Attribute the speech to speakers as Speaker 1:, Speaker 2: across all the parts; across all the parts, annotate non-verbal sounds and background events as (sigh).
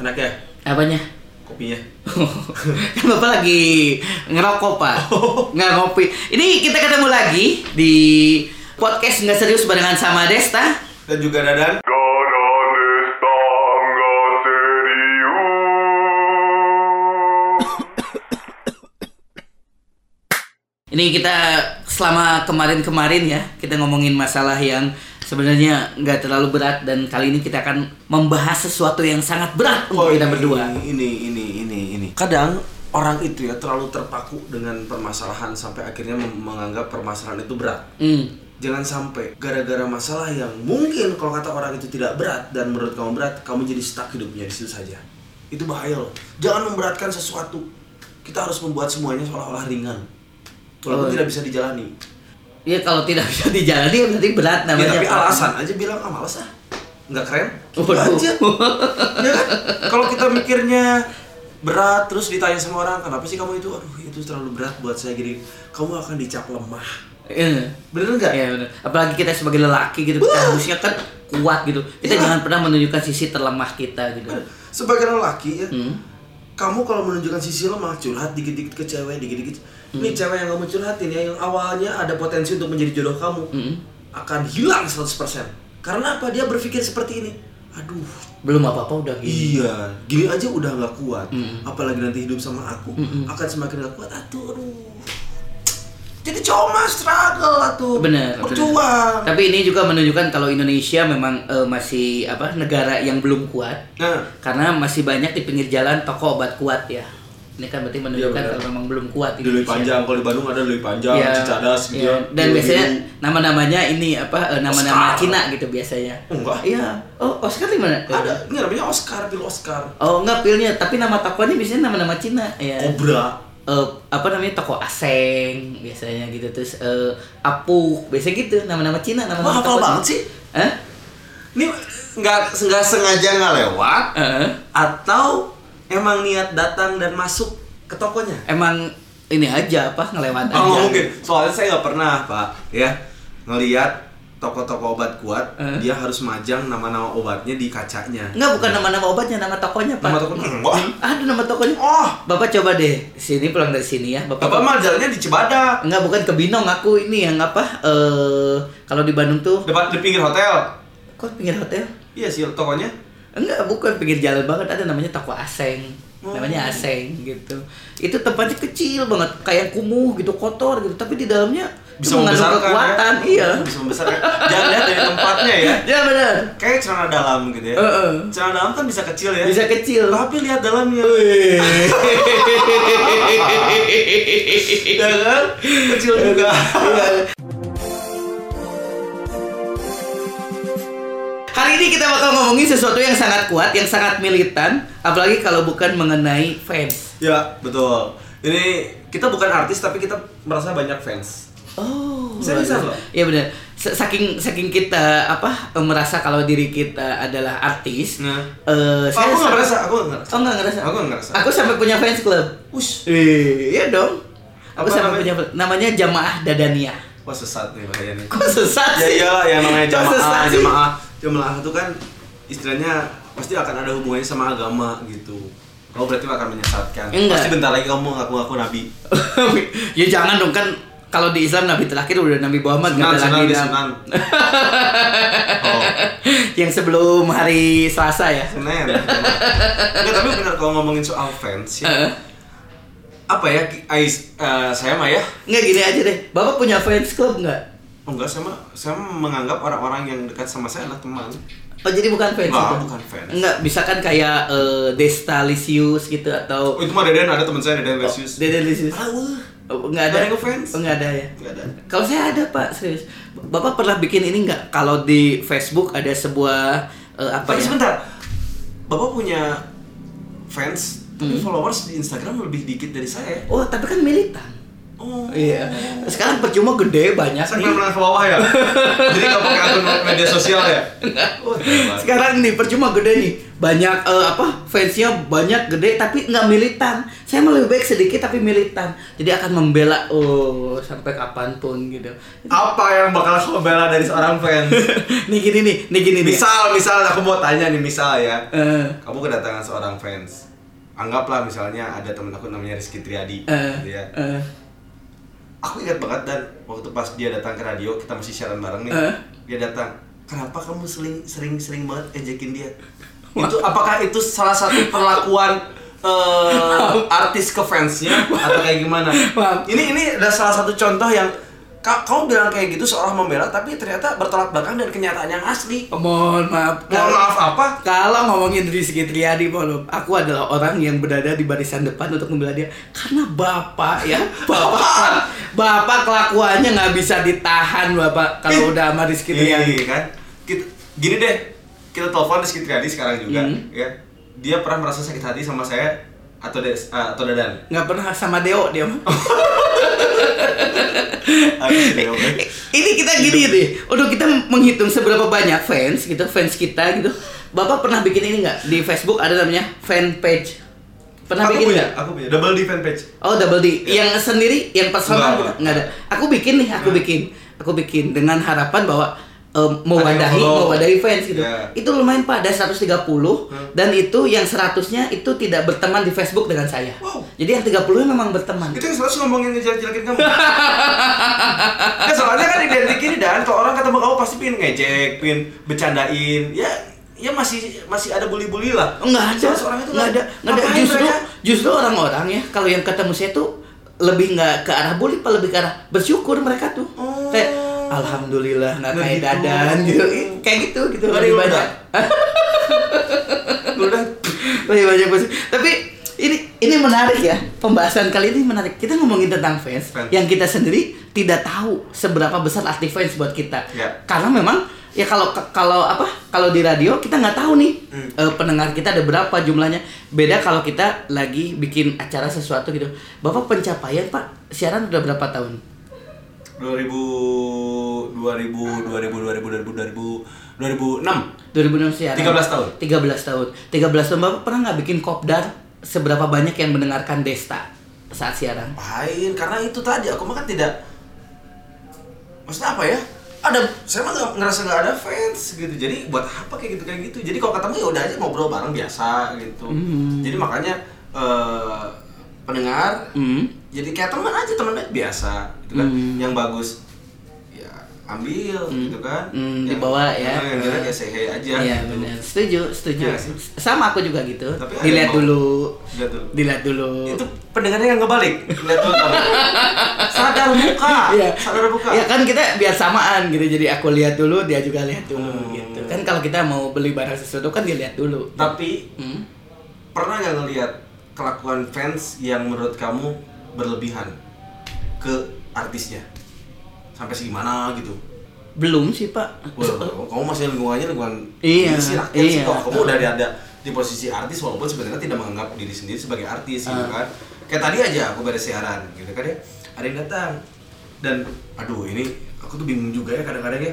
Speaker 1: Enak ya
Speaker 2: Apanya? (laughs)
Speaker 1: kopinya?
Speaker 2: kan bapak lagi ngerokok pak
Speaker 1: Oh.
Speaker 2: nggak ngopi ini kita ketemu lagi di podcast nggak serius barengan sama Desta
Speaker 1: Dan juga Dadan.
Speaker 2: ini kita selama kemarin-kemarin ya kita ngomongin masalah yang sebenarnya nggak terlalu berat dan kali ini kita akan membahas sesuatu yang sangat berat untuk
Speaker 1: Oh, iya.
Speaker 2: kita berdua
Speaker 1: Ini, ini, ini, ini. Kadang orang itu ya terlalu terpaku dengan permasalahan sampai akhirnya mem- menganggap permasalahan itu berat.
Speaker 2: hmm.
Speaker 1: Jangan sampai gara-gara masalah yang mungkin kalau kata orang itu tidak berat dan menurut kamu berat, kamu jadi stuck hidupnya di situ saja. Itu bahaya loh. Jangan memberatkan sesuatu. Kita harus membuat semuanya seolah-olah ringan. Walaupun
Speaker 2: Oh.
Speaker 1: tidak bisa dijalani.
Speaker 2: ya kalau tidak (laughs) bisa dijalani berarti berat
Speaker 1: Ya,
Speaker 2: namanya
Speaker 1: tapi
Speaker 2: Pak.
Speaker 1: alasan aja bilang ah males ah. Nggak keren. Gitu
Speaker 2: Waduh. (laughs)
Speaker 1: aja. Ya kan? Kalau kita mikirnya berat terus ditanya sama orang kenapa sih kamu itu aduh itu terlalu berat buat saya gini kamu akan dicap lemah
Speaker 2: Iya.
Speaker 1: bener nggak
Speaker 2: Iya benar. Apalagi kita sebagai lelaki gitu, kita harusnya kan kuat gitu. Kita
Speaker 1: Iya.
Speaker 2: jangan pernah menunjukkan sisi terlemah kita gitu.
Speaker 1: sebagai lelaki ya
Speaker 2: Hmm.
Speaker 1: kamu kalau menunjukkan sisi lemah curhat dikit-dikit ke cewek dikit-dikit
Speaker 2: Hmm.
Speaker 1: ini cewek yang kamu curhatin ya yang awalnya ada potensi untuk menjadi jodoh kamu
Speaker 2: Mm-mm.
Speaker 1: akan hilang 100% karena apa dia berpikir seperti ini aduh
Speaker 2: Belum apa-apa udah gitu. gini.
Speaker 1: iya gini aja udah nggak kuat
Speaker 2: Mm.
Speaker 1: apalagi nanti hidup sama aku
Speaker 2: Mm-mm.
Speaker 1: akan semakin nggak kuat atuh aduh jadi cowok mah struggle atuh
Speaker 2: Bener, bener.
Speaker 1: berjuang
Speaker 2: Tapi ini juga menunjukkan kalau Indonesia memang eh, masih apa negara yang belum kuat
Speaker 1: nah
Speaker 2: karena masih banyak di pinggir jalan toko obat kuat ya. Ini kan berarti menunjukkan
Speaker 1: benar.
Speaker 2: kalau memang belum kuat
Speaker 1: di Lui
Speaker 2: Indonesia.
Speaker 1: Iya, Panjang kalau di Bandung ada Lui Panjang
Speaker 2: Iya,
Speaker 1: Cicadas gitu ya
Speaker 2: iya. Dan
Speaker 1: Biru-biru.
Speaker 2: biasanya nama-namanya ini apa eh, nama-nama
Speaker 1: Oscar.
Speaker 2: Cina gitu biasanya.
Speaker 1: enggak
Speaker 2: Iya. Oh, Oscar di mana?
Speaker 1: ada ini namanya Oscar pil Oscar
Speaker 2: Oh enggak pilnya, tapi nama tokonya biasanya nama-nama Cina ya.
Speaker 1: Oh, Cobra
Speaker 2: Eh, apa namanya toko aseng biasanya gitu terus eh, apuk biasanya gitu nama-nama Cina
Speaker 1: Wah,
Speaker 2: nama-nama
Speaker 1: hafal
Speaker 2: toko
Speaker 1: banget sih.
Speaker 2: Hah?
Speaker 1: Ini nggak nggak sengaja nggak lewat
Speaker 2: Eh,
Speaker 1: atau emang niat datang dan masuk ke tokonya?
Speaker 2: emang ini aja apa ngelewat aja.
Speaker 1: Oh, nggak mungkin. Soalnya saya nggak pernah pak ya ngelihat toko-toko obat kuat
Speaker 2: Eh.
Speaker 1: dia harus majang nama-nama obatnya di kacanya.
Speaker 2: Enggak bukan nama-nama obatnya nama tokonya Pak.
Speaker 1: Nama
Speaker 2: Hmm,
Speaker 1: hmm, tokonya enggak.
Speaker 2: Ada nama tokonya.
Speaker 1: Oh,
Speaker 2: Bapak coba deh sini pulang dari sini ya Bapak.
Speaker 1: bapak majalnya di Cibadak
Speaker 2: Enggak bukan ke Binong aku ini yang apa eh kalau di Bandung tuh
Speaker 1: depan di pinggir hotel.
Speaker 2: kok pinggir hotel?
Speaker 1: Iya sih tokonya.
Speaker 2: Enggak, bukan pinggir jalan banget ada namanya toko aseng.
Speaker 1: Oh.
Speaker 2: Namanya aseng gitu. Itu tempatnya kecil banget, kayak kumuh gitu, kotor gitu, tapi di dalamnya
Speaker 1: Bisa
Speaker 2: itu
Speaker 1: membesarkan
Speaker 2: mengandung kekuatan.
Speaker 1: ya.
Speaker 2: Iya.
Speaker 1: Bisa membesarkan. Jangan lihat dari tempatnya
Speaker 2: (laughs)
Speaker 1: ya.
Speaker 2: Ya benar.
Speaker 1: Kayak celana dalam gitu ya.
Speaker 2: Heeh.
Speaker 1: Celana dalam kan bisa kecil ya.
Speaker 2: Eh. Bisa kecil.
Speaker 1: Tapi lihat dalamnya. (laughs) Ya kan? Kecil juga.
Speaker 2: (laughs) Ya kan? Hari ini kita bakal ngomongin sesuatu yang sangat kuat, yang sangat militan, apalagi kalau bukan mengenai fans.
Speaker 1: ya, betul. Ini kita bukan artis tapi kita merasa banyak fans.
Speaker 2: Oh,
Speaker 1: Seriusan loh?
Speaker 2: Iya benar. S- Saking saking kita apa eh, merasa kalau diri kita adalah artis.
Speaker 1: Nah.
Speaker 2: eh,
Speaker 1: aku
Speaker 2: saya
Speaker 1: nggak
Speaker 2: sam-
Speaker 1: merasa, aku nggak merasa.
Speaker 2: Oh nggak ngerasa.
Speaker 1: Aku nggak ngerasa.
Speaker 2: Aku sampai punya fans club.
Speaker 1: Ush,
Speaker 2: Eh, iya dong. Aku
Speaker 1: Apa namanya?
Speaker 2: sampai punya fans- namanya Jamaah Dadania.
Speaker 1: wah sesat nih bahaya nih.
Speaker 2: Kok sesat
Speaker 1: Ya
Speaker 2: sih?
Speaker 1: iyalah yang namanya
Speaker 2: Kok sesat
Speaker 1: jamaah,
Speaker 2: sih?
Speaker 1: jamaah, jamaah itu kan istilahnya pasti akan ada hubungannya sama agama gitu. Kau berarti akan menyesatkan.
Speaker 2: Enggak.
Speaker 1: Pasti bentar lagi kamu ngaku-ngaku nabi.
Speaker 2: (laughs) ya jangan dong kan kalau di Islam Nabi terakhir udah Nabi Muhammad
Speaker 1: Sunan,
Speaker 2: nggak ada
Speaker 1: sunan,
Speaker 2: lagi
Speaker 1: di
Speaker 2: Nabi. (laughs)
Speaker 1: sunan. Oh,
Speaker 2: yang sebelum hari Selasa ya.
Speaker 1: sunan. Enggak, tapi benar kalau ngomongin soal fans ya.
Speaker 2: Heeh.
Speaker 1: Apa ya, Ki- Ais, eh, saya mah ya.
Speaker 2: Nggak gini aja deh. Bapak punya fans club nggak?
Speaker 1: Oh, enggak, saya mah, saya mah menganggap orang-orang yang dekat sama saya adalah teman.
Speaker 2: Oh jadi bukan fans?
Speaker 1: Nggak,
Speaker 2: itu?
Speaker 1: bukan fans.
Speaker 2: Nggak, misalkan kayak eh, Desta Lisius gitu atau
Speaker 1: Oh, itu mah Deden, ada teman saya Deden Lesius.
Speaker 2: Dede Lisius.
Speaker 1: Ah, wah.
Speaker 2: Oh,
Speaker 1: Nggak
Speaker 2: nggak ada.
Speaker 1: ada yang ngefans.
Speaker 2: Oh, nggak ada ya.
Speaker 1: Enggak ada.
Speaker 2: Kalau saya ada Pak, serius. Bapak pernah bikin ini nggak? Kalau di Facebook ada sebuah eh, apa
Speaker 1: Tapi
Speaker 2: ya?
Speaker 1: sebentar. Bapak punya
Speaker 2: Hmm.
Speaker 1: fans, tapi followers di Instagram lebih dikit dari saya.
Speaker 2: Oh, tapi kan militan.
Speaker 3: Oh.
Speaker 2: Iya. Sekarang percuma gede banyak
Speaker 1: Saya
Speaker 2: nih.
Speaker 1: pernah ke bawah
Speaker 2: (laughs)
Speaker 1: ya. Jadi nggak pakai akun media sosial ya. Oh, hebat.
Speaker 2: Sekarang nih percuma gede nih. Banyak eh, apa fansnya banyak gede tapi nggak militan. Saya mah lebih baik sedikit tapi militan. Jadi akan membela oh sampai kapanpun gitu. (laughs)
Speaker 1: Apa yang bakal kamu bela dari seorang fans?
Speaker 2: nih gini nih, nih gini nih.
Speaker 1: misal, misal aku mau tanya nih misal ya.
Speaker 2: Eh,
Speaker 1: Kamu kedatangan seorang fans. Anggaplah misalnya ada temen aku namanya Rizky Triadi.
Speaker 2: eh,
Speaker 1: gitu ya.
Speaker 2: eh,
Speaker 1: Aku ingat banget dan waktu pas dia datang ke radio kita masih siaran bareng nih.
Speaker 2: Eh.
Speaker 1: Dia datang. Kenapa kamu sering sering sering banget ejekin dia? Itu apakah itu salah satu perlakuan eh, artis ke fansnya atau kayak gimana?
Speaker 2: Maaf.
Speaker 1: Ini ini ada salah satu contoh yang ka- kamu bilang kayak gitu seolah membela tapi ternyata bertolak belakang dan kenyataan yang asli.
Speaker 2: Mohon maaf.
Speaker 1: Mohon maaf apa?
Speaker 2: Kalau ngomongin Rizky Triadi, Bolo, aku adalah orang yang berada di barisan depan untuk membela dia karena bapak ya, bapak, bapak kelakuannya nggak bisa ditahan bapak kalau udah sama Rizky
Speaker 1: Iya,
Speaker 2: Triadi.
Speaker 1: iya, kan? Kita, gini deh, kita telepon Rizky Triadi sekarang juga,
Speaker 2: Hmm.
Speaker 1: ya. Dia pernah merasa sakit hati sama saya atau Des- ah, atau
Speaker 2: (laughs)
Speaker 1: Dadan.
Speaker 2: Nggak pernah sama Deo dia mah.
Speaker 1: Aduh, deh, Ah, iya, oke.
Speaker 2: Eh, Ini kita gini deh, udah kita menghitung seberapa banyak fans gitu, fans kita gitu. Bapak pernah bikin ini nggak di Facebook ada namanya fan page. Pernah
Speaker 1: aku
Speaker 2: bikin
Speaker 1: punya,
Speaker 2: nggak?
Speaker 1: aku punya double di fanpage.
Speaker 2: Oh double D
Speaker 1: Iya.
Speaker 2: yang sendiri yang personal
Speaker 1: Enggak.
Speaker 2: nggak ada. Aku bikin nih,
Speaker 1: Nah.
Speaker 2: aku bikin, aku bikin dengan harapan bahwa em, mewadahi
Speaker 1: follow.
Speaker 2: mewadahi fans gitu.
Speaker 1: Ya.
Speaker 2: Itu lumayan pada 130 dan itu yang 100-nya itu tidak berteman di Facebook dengan saya.
Speaker 1: Wow.
Speaker 2: Jadi yang 30 memang berteman.
Speaker 1: Itu yang selalu ngomongin ngejelek-jelekin
Speaker 2: (laughs)
Speaker 1: kamu. Nah, soalnya kan identik ini dan kalau orang ketemu kamu pasti pingin ngejek, pingin bercandain. Ya, ya masih masih ada bully-bully lah.
Speaker 2: Enggak ada,
Speaker 1: Soalnya seorang itu
Speaker 2: enggak ada, enggak ada.
Speaker 1: ngapain
Speaker 2: Justru
Speaker 1: mereka?
Speaker 2: justru orang-orang ya kalau yang ketemu saya tuh lebih nggak ke arah bully, apa lebih ke arah bersyukur mereka tuh.
Speaker 1: Oh.
Speaker 2: Kayak alhamdulillah nggak
Speaker 1: Nah,
Speaker 2: kayak
Speaker 1: gitu.
Speaker 2: dadan gitu. Kayak gitu gitu
Speaker 1: Nggak ada
Speaker 2: lebih
Speaker 1: yang
Speaker 2: banyak.
Speaker 1: Lu
Speaker 2: (laughs)
Speaker 1: udah
Speaker 2: Lebih banyak pers- Tapi ini ini menarik ya. Pembahasan kali ini menarik. Kita ngomongin tentang fans,
Speaker 1: Fans.
Speaker 2: yang kita sendiri tidak tahu seberapa besar arti fans buat kita.
Speaker 1: Ya.
Speaker 2: Karena memang ya kalau kalau apa? Kalau di radio kita nggak tahu nih
Speaker 1: Hmm.
Speaker 2: eh, pendengar kita ada berapa jumlahnya. Beda kalau kita lagi bikin acara sesuatu gitu. Bapak pencapaian Pak siaran udah berapa tahun?
Speaker 1: 2000 2000 2000 2000 2000 2006
Speaker 2: 2006 siaran.
Speaker 1: 13 tahun.
Speaker 2: 13 tahun. 13 tahun Bapak pernah nggak bikin kopdar seberapa banyak yang mendengarkan Desta saat siaran?
Speaker 3: Lain karena itu tadi aku mah kan tidak
Speaker 1: Maksudnya apa ya?
Speaker 3: ada saya mah nggak- ngerasa nggak ada fans gitu jadi buat apa kayak gitu kayak gitu jadi kalau ketemu ya udah aja ngobrol bareng biasa gitu jadi makanya eh, pendengar
Speaker 2: Hmm.
Speaker 3: jadi kayak teman aja teman baik biasa gitu kan yang bagus ya ambil gitu kan
Speaker 2: Hmm,
Speaker 3: Yang-
Speaker 2: dibawa ya.
Speaker 3: yang jelek ya say hey aja
Speaker 2: Iya
Speaker 3: gitu.
Speaker 2: benar. Setuju, setuju.
Speaker 3: Iya, sih.
Speaker 2: Sama aku juga gitu.
Speaker 1: Tapi ada
Speaker 2: Dilihat
Speaker 1: yang mau-
Speaker 2: dulu.
Speaker 1: Lihat dulu.
Speaker 2: Dilihat dulu.
Speaker 1: Itu pendengarnya yang ngebalik. Lihat dulu kamu.
Speaker 3: sadar muka
Speaker 2: (laughs) Iya.
Speaker 3: sadar muka
Speaker 2: Ya kan kita biar samaan gitu. Jadi aku lihat dulu, dia juga lihat dulu
Speaker 1: Hmm. Nah.
Speaker 2: gitu. Kan kalau kita mau beli barang sesuatu kan dilihat dulu.
Speaker 1: Tapi
Speaker 2: Hmm.
Speaker 1: pernah nggak ngelihat kelakuan fans yang menurut kamu berlebihan ke artisnya? Sampai segimana gitu?
Speaker 2: Belum sih, Pak.
Speaker 1: Wah, kamu masih lingkungannya lingkungan
Speaker 2: Iya,
Speaker 1: ini sih rakyat
Speaker 2: iya.
Speaker 1: sih kok. Kamu udah ada, ada di posisi artis walaupun sebenarnya tidak menganggap diri sendiri sebagai artis
Speaker 2: Ah.
Speaker 1: gitu kan. Kayak tadi aja aku beres siaran gitu kan ya. Ada yang datang dan aduh ini aku tuh bingung juga ya kadang-kadang ya.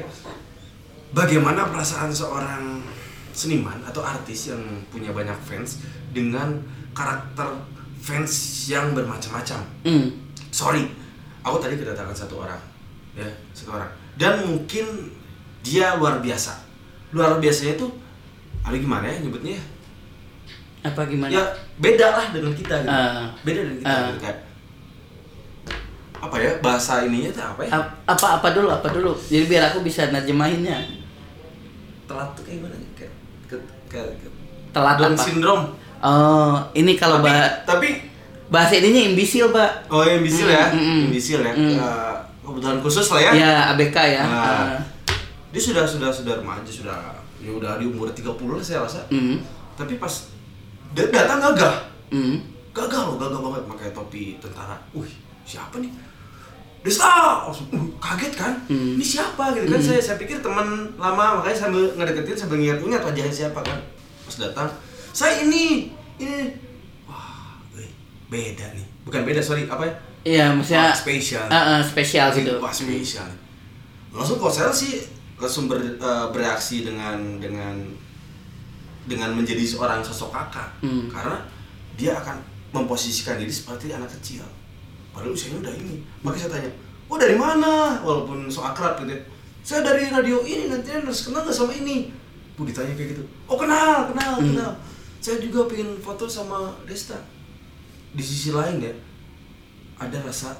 Speaker 1: Bagaimana perasaan seorang seniman atau artis yang punya banyak fans dengan karakter fans yang bermacam-macam?
Speaker 2: Hmm.
Speaker 1: sorry aku tadi kedatangan satu orang ya satu orang dan mungkin dia luar biasa luar biasanya tuh ada gimana ya nyebutnya ya?
Speaker 2: Apa
Speaker 1: ya
Speaker 2: gimana?
Speaker 1: beda lah dengan kita gitu.
Speaker 2: Ah.
Speaker 1: beda dengan kita
Speaker 2: Ah.
Speaker 1: gitu. kayak apa ya bahasa ininya tuh apa ya
Speaker 2: Apa-apa dulu, apa dulu. Jadi biar aku bisa nerjemahinnya.
Speaker 1: telat tuh kayak gimana kayak kayak kayak kayak-
Speaker 2: Telat
Speaker 1: Down
Speaker 2: apa?
Speaker 1: syndrome
Speaker 2: Oh, ini kalau bah-
Speaker 1: tapi
Speaker 2: bahasa ininya imbisil, Pak.
Speaker 1: oh yang bisil ya
Speaker 2: Mm, mm, mm.
Speaker 1: Imbisil ya
Speaker 2: Mm.
Speaker 1: Eh, kebutuhan khusus lah ya
Speaker 2: Ya, ABK ya.
Speaker 1: Nah,
Speaker 2: Ah.
Speaker 1: dia sudah sudah sudah remaja sudah ya udah di umur 30 lah saya rasa
Speaker 2: Hmm.
Speaker 1: tapi pas dia datang gagah
Speaker 2: Hmm.
Speaker 1: gagah loh gagah banget pakai topi tentara uh siapa nih Desta langsung "Uh, kaget kan
Speaker 2: Hmm.
Speaker 1: ini siapa gitu kan saya saya pikir teman lama makanya sambil ngedeketin sambil ngingat-ingat wajahnya siapa kan pas datang saya ini ini wah eh, beda nih bukan beda sorry apa ya
Speaker 2: Iya,
Speaker 1: Wah,
Speaker 2: maksudnya
Speaker 1: spesial.
Speaker 2: Eh, eh, spesial gitu.
Speaker 1: Wah spesial. Langsung Korsel sih langsung ber- eh, bereaksi dengan dengan dengan menjadi seorang sosok kakak
Speaker 2: Hmm.
Speaker 1: karena dia akan memposisikan diri seperti anak kecil padahal usianya udah ini makanya saya tanya oh dari mana walaupun so akrab gitu ya. saya dari radio ini nanti harus kenal nggak sama ini bu ditanya kayak gitu oh kenal
Speaker 2: Hmm.
Speaker 1: kenal kenal saya juga pengen foto sama Desta di sisi lain ya ada rasa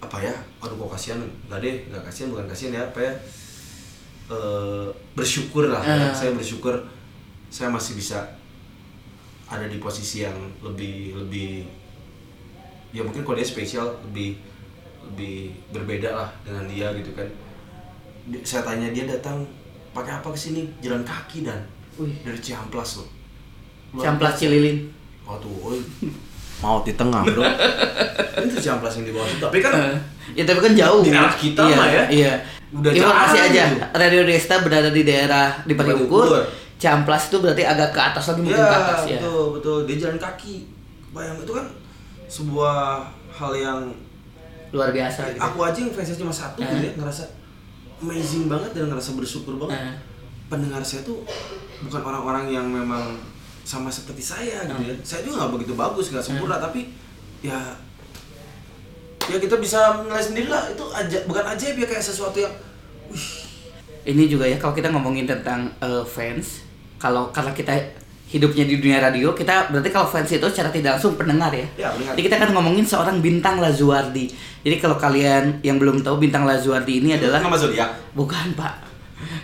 Speaker 1: apa ya aduh kok kasihan nggak deh nggak kasihan bukan kasihan ya apa ya Eh, bersyukur lah ya.
Speaker 2: Eh.
Speaker 1: saya bersyukur saya masih bisa ada di posisi yang lebih lebih ya mungkin kalau dia spesial lebih lebih berbeda lah dengan dia gitu kan Di- saya tanya dia datang pakai apa ke sini jalan kaki dan
Speaker 2: Wih.
Speaker 1: dari Ciamplas loh Luar
Speaker 2: Camplas cililin.
Speaker 1: Waduh, Oh,
Speaker 2: (laughs)
Speaker 1: oi. Maut di tengah, (laughs) bro. Ini tuh Ciamplas yang di bawah situ.
Speaker 2: (laughs)
Speaker 1: Tapi kan
Speaker 2: Eh, ya tapi kan jauh.
Speaker 1: Di daerah kita
Speaker 2: iya,
Speaker 1: mah ya.
Speaker 2: Iya.
Speaker 1: Udah
Speaker 2: Informasi
Speaker 1: jarang
Speaker 2: aja.
Speaker 1: gitu.
Speaker 2: Radio Desta berada di daerah di
Speaker 1: Batu Ukur.
Speaker 2: Patiukur. Camplas itu berarti agak ke atas lagi mungkin
Speaker 1: ya,
Speaker 2: ke atas ya.
Speaker 1: betul, betul. Dia jalan kaki. Bayang itu kan sebuah hal yang
Speaker 2: Luar biasa gitu.
Speaker 1: aku aja yang fansnya cuma satu
Speaker 2: Eh.
Speaker 1: gitu ya, ngerasa amazing banget dan ngerasa bersyukur banget.
Speaker 2: Eh.
Speaker 1: Pendengar saya tuh bukan orang-orang yang memang sama seperti saya gitu ya.
Speaker 2: Eh.
Speaker 1: Saya juga nggak begitu bagus, nggak sempurna, tapi ya ya kita bisa menilai sendiri lah itu aja bukan ajaib ya kayak sesuatu yang
Speaker 2: ini juga ya kalau kita ngomongin tentang eh, fans kalau karena kita hidupnya di dunia radio kita berarti kalau fans itu secara tidak langsung pendengar ya,
Speaker 1: Ya, pendengar.
Speaker 2: jadi kita akan ngomongin seorang bintang Lazuardi jadi kalau kalian yang belum tahu bintang Lazuardi ini adalah
Speaker 1: Nama zodiak.
Speaker 2: bukan pak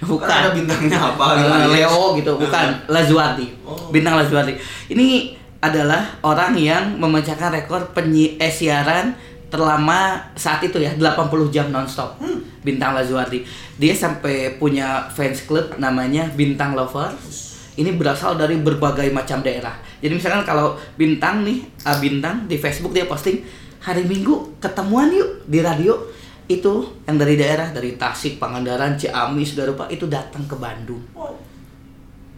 Speaker 1: Bukan ada
Speaker 2: bukan
Speaker 1: bintangnya apa
Speaker 2: Eh,
Speaker 1: gitu.
Speaker 2: Leo gitu
Speaker 1: (laughs)
Speaker 2: bukan Lazuardi
Speaker 1: Oh.
Speaker 2: bintang Lazuardi ini adalah orang yang memecahkan rekor penyi eh, siaran terlama saat itu ya 80 jam nonstop
Speaker 1: Hmm.
Speaker 2: bintang Lazuardi dia sampai punya fans club namanya bintang lovers ini berasal dari berbagai macam daerah jadi misalkan kalau bintang nih A bintang di Facebook dia posting hari Minggu ketemuan yuk di radio itu yang dari daerah dari Tasik, Pangandaran, Ciamis, Garupa itu datang ke Bandung.
Speaker 1: Wow.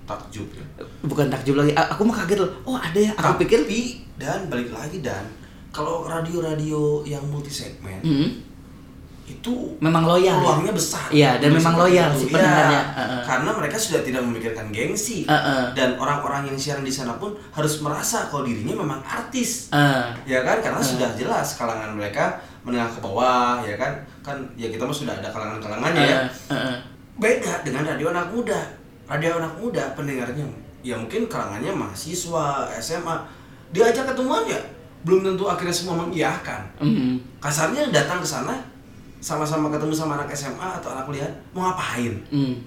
Speaker 1: Takjub ya.
Speaker 2: Bukan takjub lagi, A- aku mah kaget loh. Oh ada ya, aku pikir.
Speaker 1: Tapi dan balik lagi dan kalau radio-radio yang multi segmen
Speaker 2: Hmm,
Speaker 1: itu
Speaker 2: memang loyal. ya?
Speaker 1: peluangnya Oh, besar.
Speaker 2: Iya, dan
Speaker 1: Untuk
Speaker 2: memang
Speaker 1: seperti
Speaker 2: loyal
Speaker 1: itu.
Speaker 2: sih
Speaker 1: Iya,
Speaker 2: pendengarnya. Heeh.
Speaker 1: Karena mereka sudah tidak memikirkan gengsi
Speaker 2: Heeh.
Speaker 1: dan orang-orang yang siaran di sana pun harus merasa kalau dirinya memang artis.
Speaker 2: Eh,
Speaker 1: ya kan karena sudah jelas kalangan mereka menengah ke bawah ya kan kan ya kita mah sudah ada kalangan-kalangannya ya
Speaker 2: eh, eh, eh.
Speaker 1: beda dengan radio anak muda radio anak muda pendengarnya ya mungkin kalangannya mahasiswa SMA diajak ketemuan ya belum tentu akhirnya semua mengiyakan
Speaker 2: Hmm.
Speaker 1: kasarnya datang ke sana sama-sama ketemu sama anak SMA atau anak kuliah mau ngapain
Speaker 2: hmm.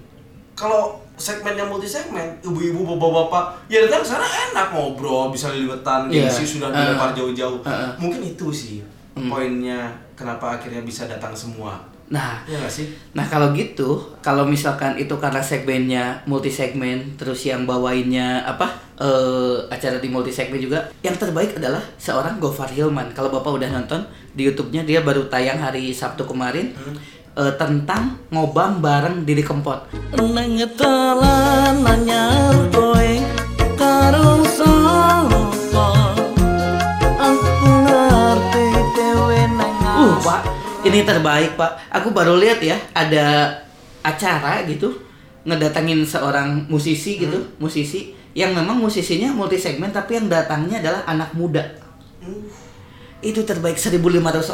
Speaker 1: kalau segmennya multi segmen ibu-ibu bapak-bapak ya datang ke sana enak ngobrol bisa liwetan
Speaker 2: Iya.
Speaker 1: gengsi sudah
Speaker 2: Eh.
Speaker 1: dilempar jauh-jauh
Speaker 2: Eh, eh.
Speaker 1: mungkin itu sih
Speaker 2: Hmm.
Speaker 1: poinnya kenapa akhirnya bisa datang semua
Speaker 2: Nah,
Speaker 1: ya nggak sih
Speaker 2: Nah kalau gitu, kalau misalkan itu karena segmennya multi segmen, terus yang bawainnya apa eh, acara di multi segmen juga, yang terbaik adalah seorang Gofar Hilman. Kalau bapak udah nonton di YouTube-nya dia baru tayang hari Sabtu kemarin
Speaker 1: Hmm.
Speaker 2: eh, tentang ngobam bareng Didi Kempot.
Speaker 4: Neng telan nanyar kowe karo sapa Aku ngerti dewe neng
Speaker 2: Uh pak, ini terbaik pak. Aku baru lihat ya ada acara gitu ngedatangin seorang musisi gitu, musisi yang memang musisinya multi segmen tapi yang datangnya adalah anak muda. Itu terbaik 1.500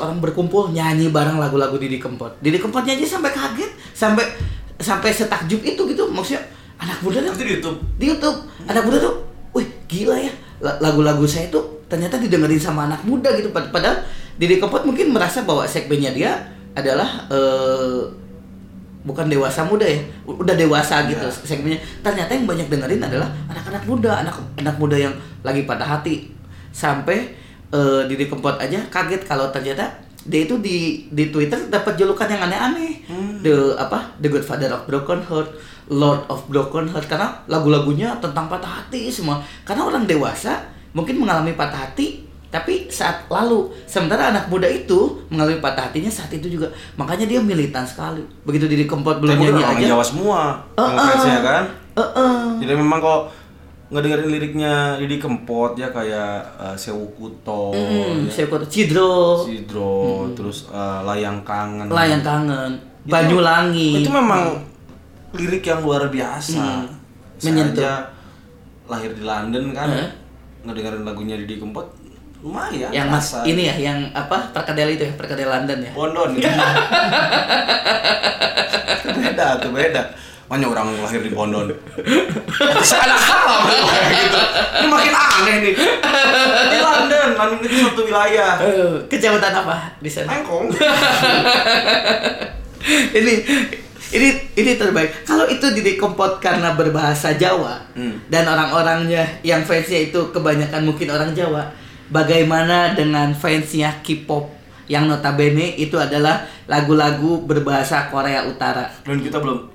Speaker 2: orang berkumpul nyanyi bareng lagu-lagu Didi Kempot. Didi Kempotnya aja sampai kaget, sampai sampai setakjub itu gitu. Maksudnya anak muda dah-
Speaker 1: itu di YouTube
Speaker 2: di YouTube anak muda tuh wih gila ya La- lagu-lagu saya tuh ternyata didengerin sama anak muda gitu Pad- padahal Didi Kempot mungkin merasa bahwa segmennya dia adalah eh, bukan dewasa muda ya U- udah dewasa gitu segmennya ternyata yang banyak dengerin adalah anak-anak muda anak anak muda yang lagi pada hati sampai eh, Didi Kempot aja kaget kalau ternyata dia itu di di Twitter dapat julukan yang aneh-aneh
Speaker 1: Hmm.
Speaker 2: the apa the Godfather of Broken Heart Lord of Broken Heart karena lagu-lagunya tentang patah hati semua karena orang dewasa mungkin mengalami patah hati tapi saat lalu sementara anak muda itu mengalami patah hatinya saat itu juga makanya dia militan sekali begitu diri kempot belum
Speaker 1: Tapi
Speaker 2: nyanyi
Speaker 1: orang
Speaker 2: aja
Speaker 1: Jawa semua
Speaker 2: Eh,
Speaker 1: fansnya
Speaker 2: eh.
Speaker 1: kan
Speaker 2: Eh, eh.
Speaker 1: jadi memang kok ngedengerin liriknya Didi Kempot ya kayak eh, Sewu Kuto,
Speaker 2: Hmm,
Speaker 1: ya,
Speaker 2: saya ikut Cidro,
Speaker 1: Sidro, terus eh, Layang Kangen.
Speaker 2: Layang Kangen,
Speaker 1: Itu-
Speaker 2: Banyulangi.
Speaker 1: Itu memang lirik yang luar biasa.
Speaker 2: Hmm.
Speaker 1: Saya
Speaker 2: Mm. Menyentuh.
Speaker 1: aja lahir di London kan,
Speaker 2: Heeh.
Speaker 1: ngedengerin lagunya Didi Kempot lumayan.
Speaker 2: yang mas
Speaker 1: rasa.
Speaker 2: ini ya, yang apa perkedel itu ya, perkedel London ya.
Speaker 1: (laughs) Bondon. beda tuh beda. Makanya orang lahir di Bondon. Ada salah bro, kayak gitu. Ini makin aneh nih. Di London, London itu satu wilayah.
Speaker 2: Eh, Kecamatan apa di sana? (laughs)
Speaker 1: Engkong.
Speaker 2: ini ini ini terbaik. Kalau itu didikompot karena berbahasa Jawa dan orang-orangnya yang fansnya itu kebanyakan mungkin orang Jawa. Bagaimana dengan fansnya K-pop yang notabene itu adalah lagu-lagu berbahasa Korea Utara.
Speaker 1: Dan kita belum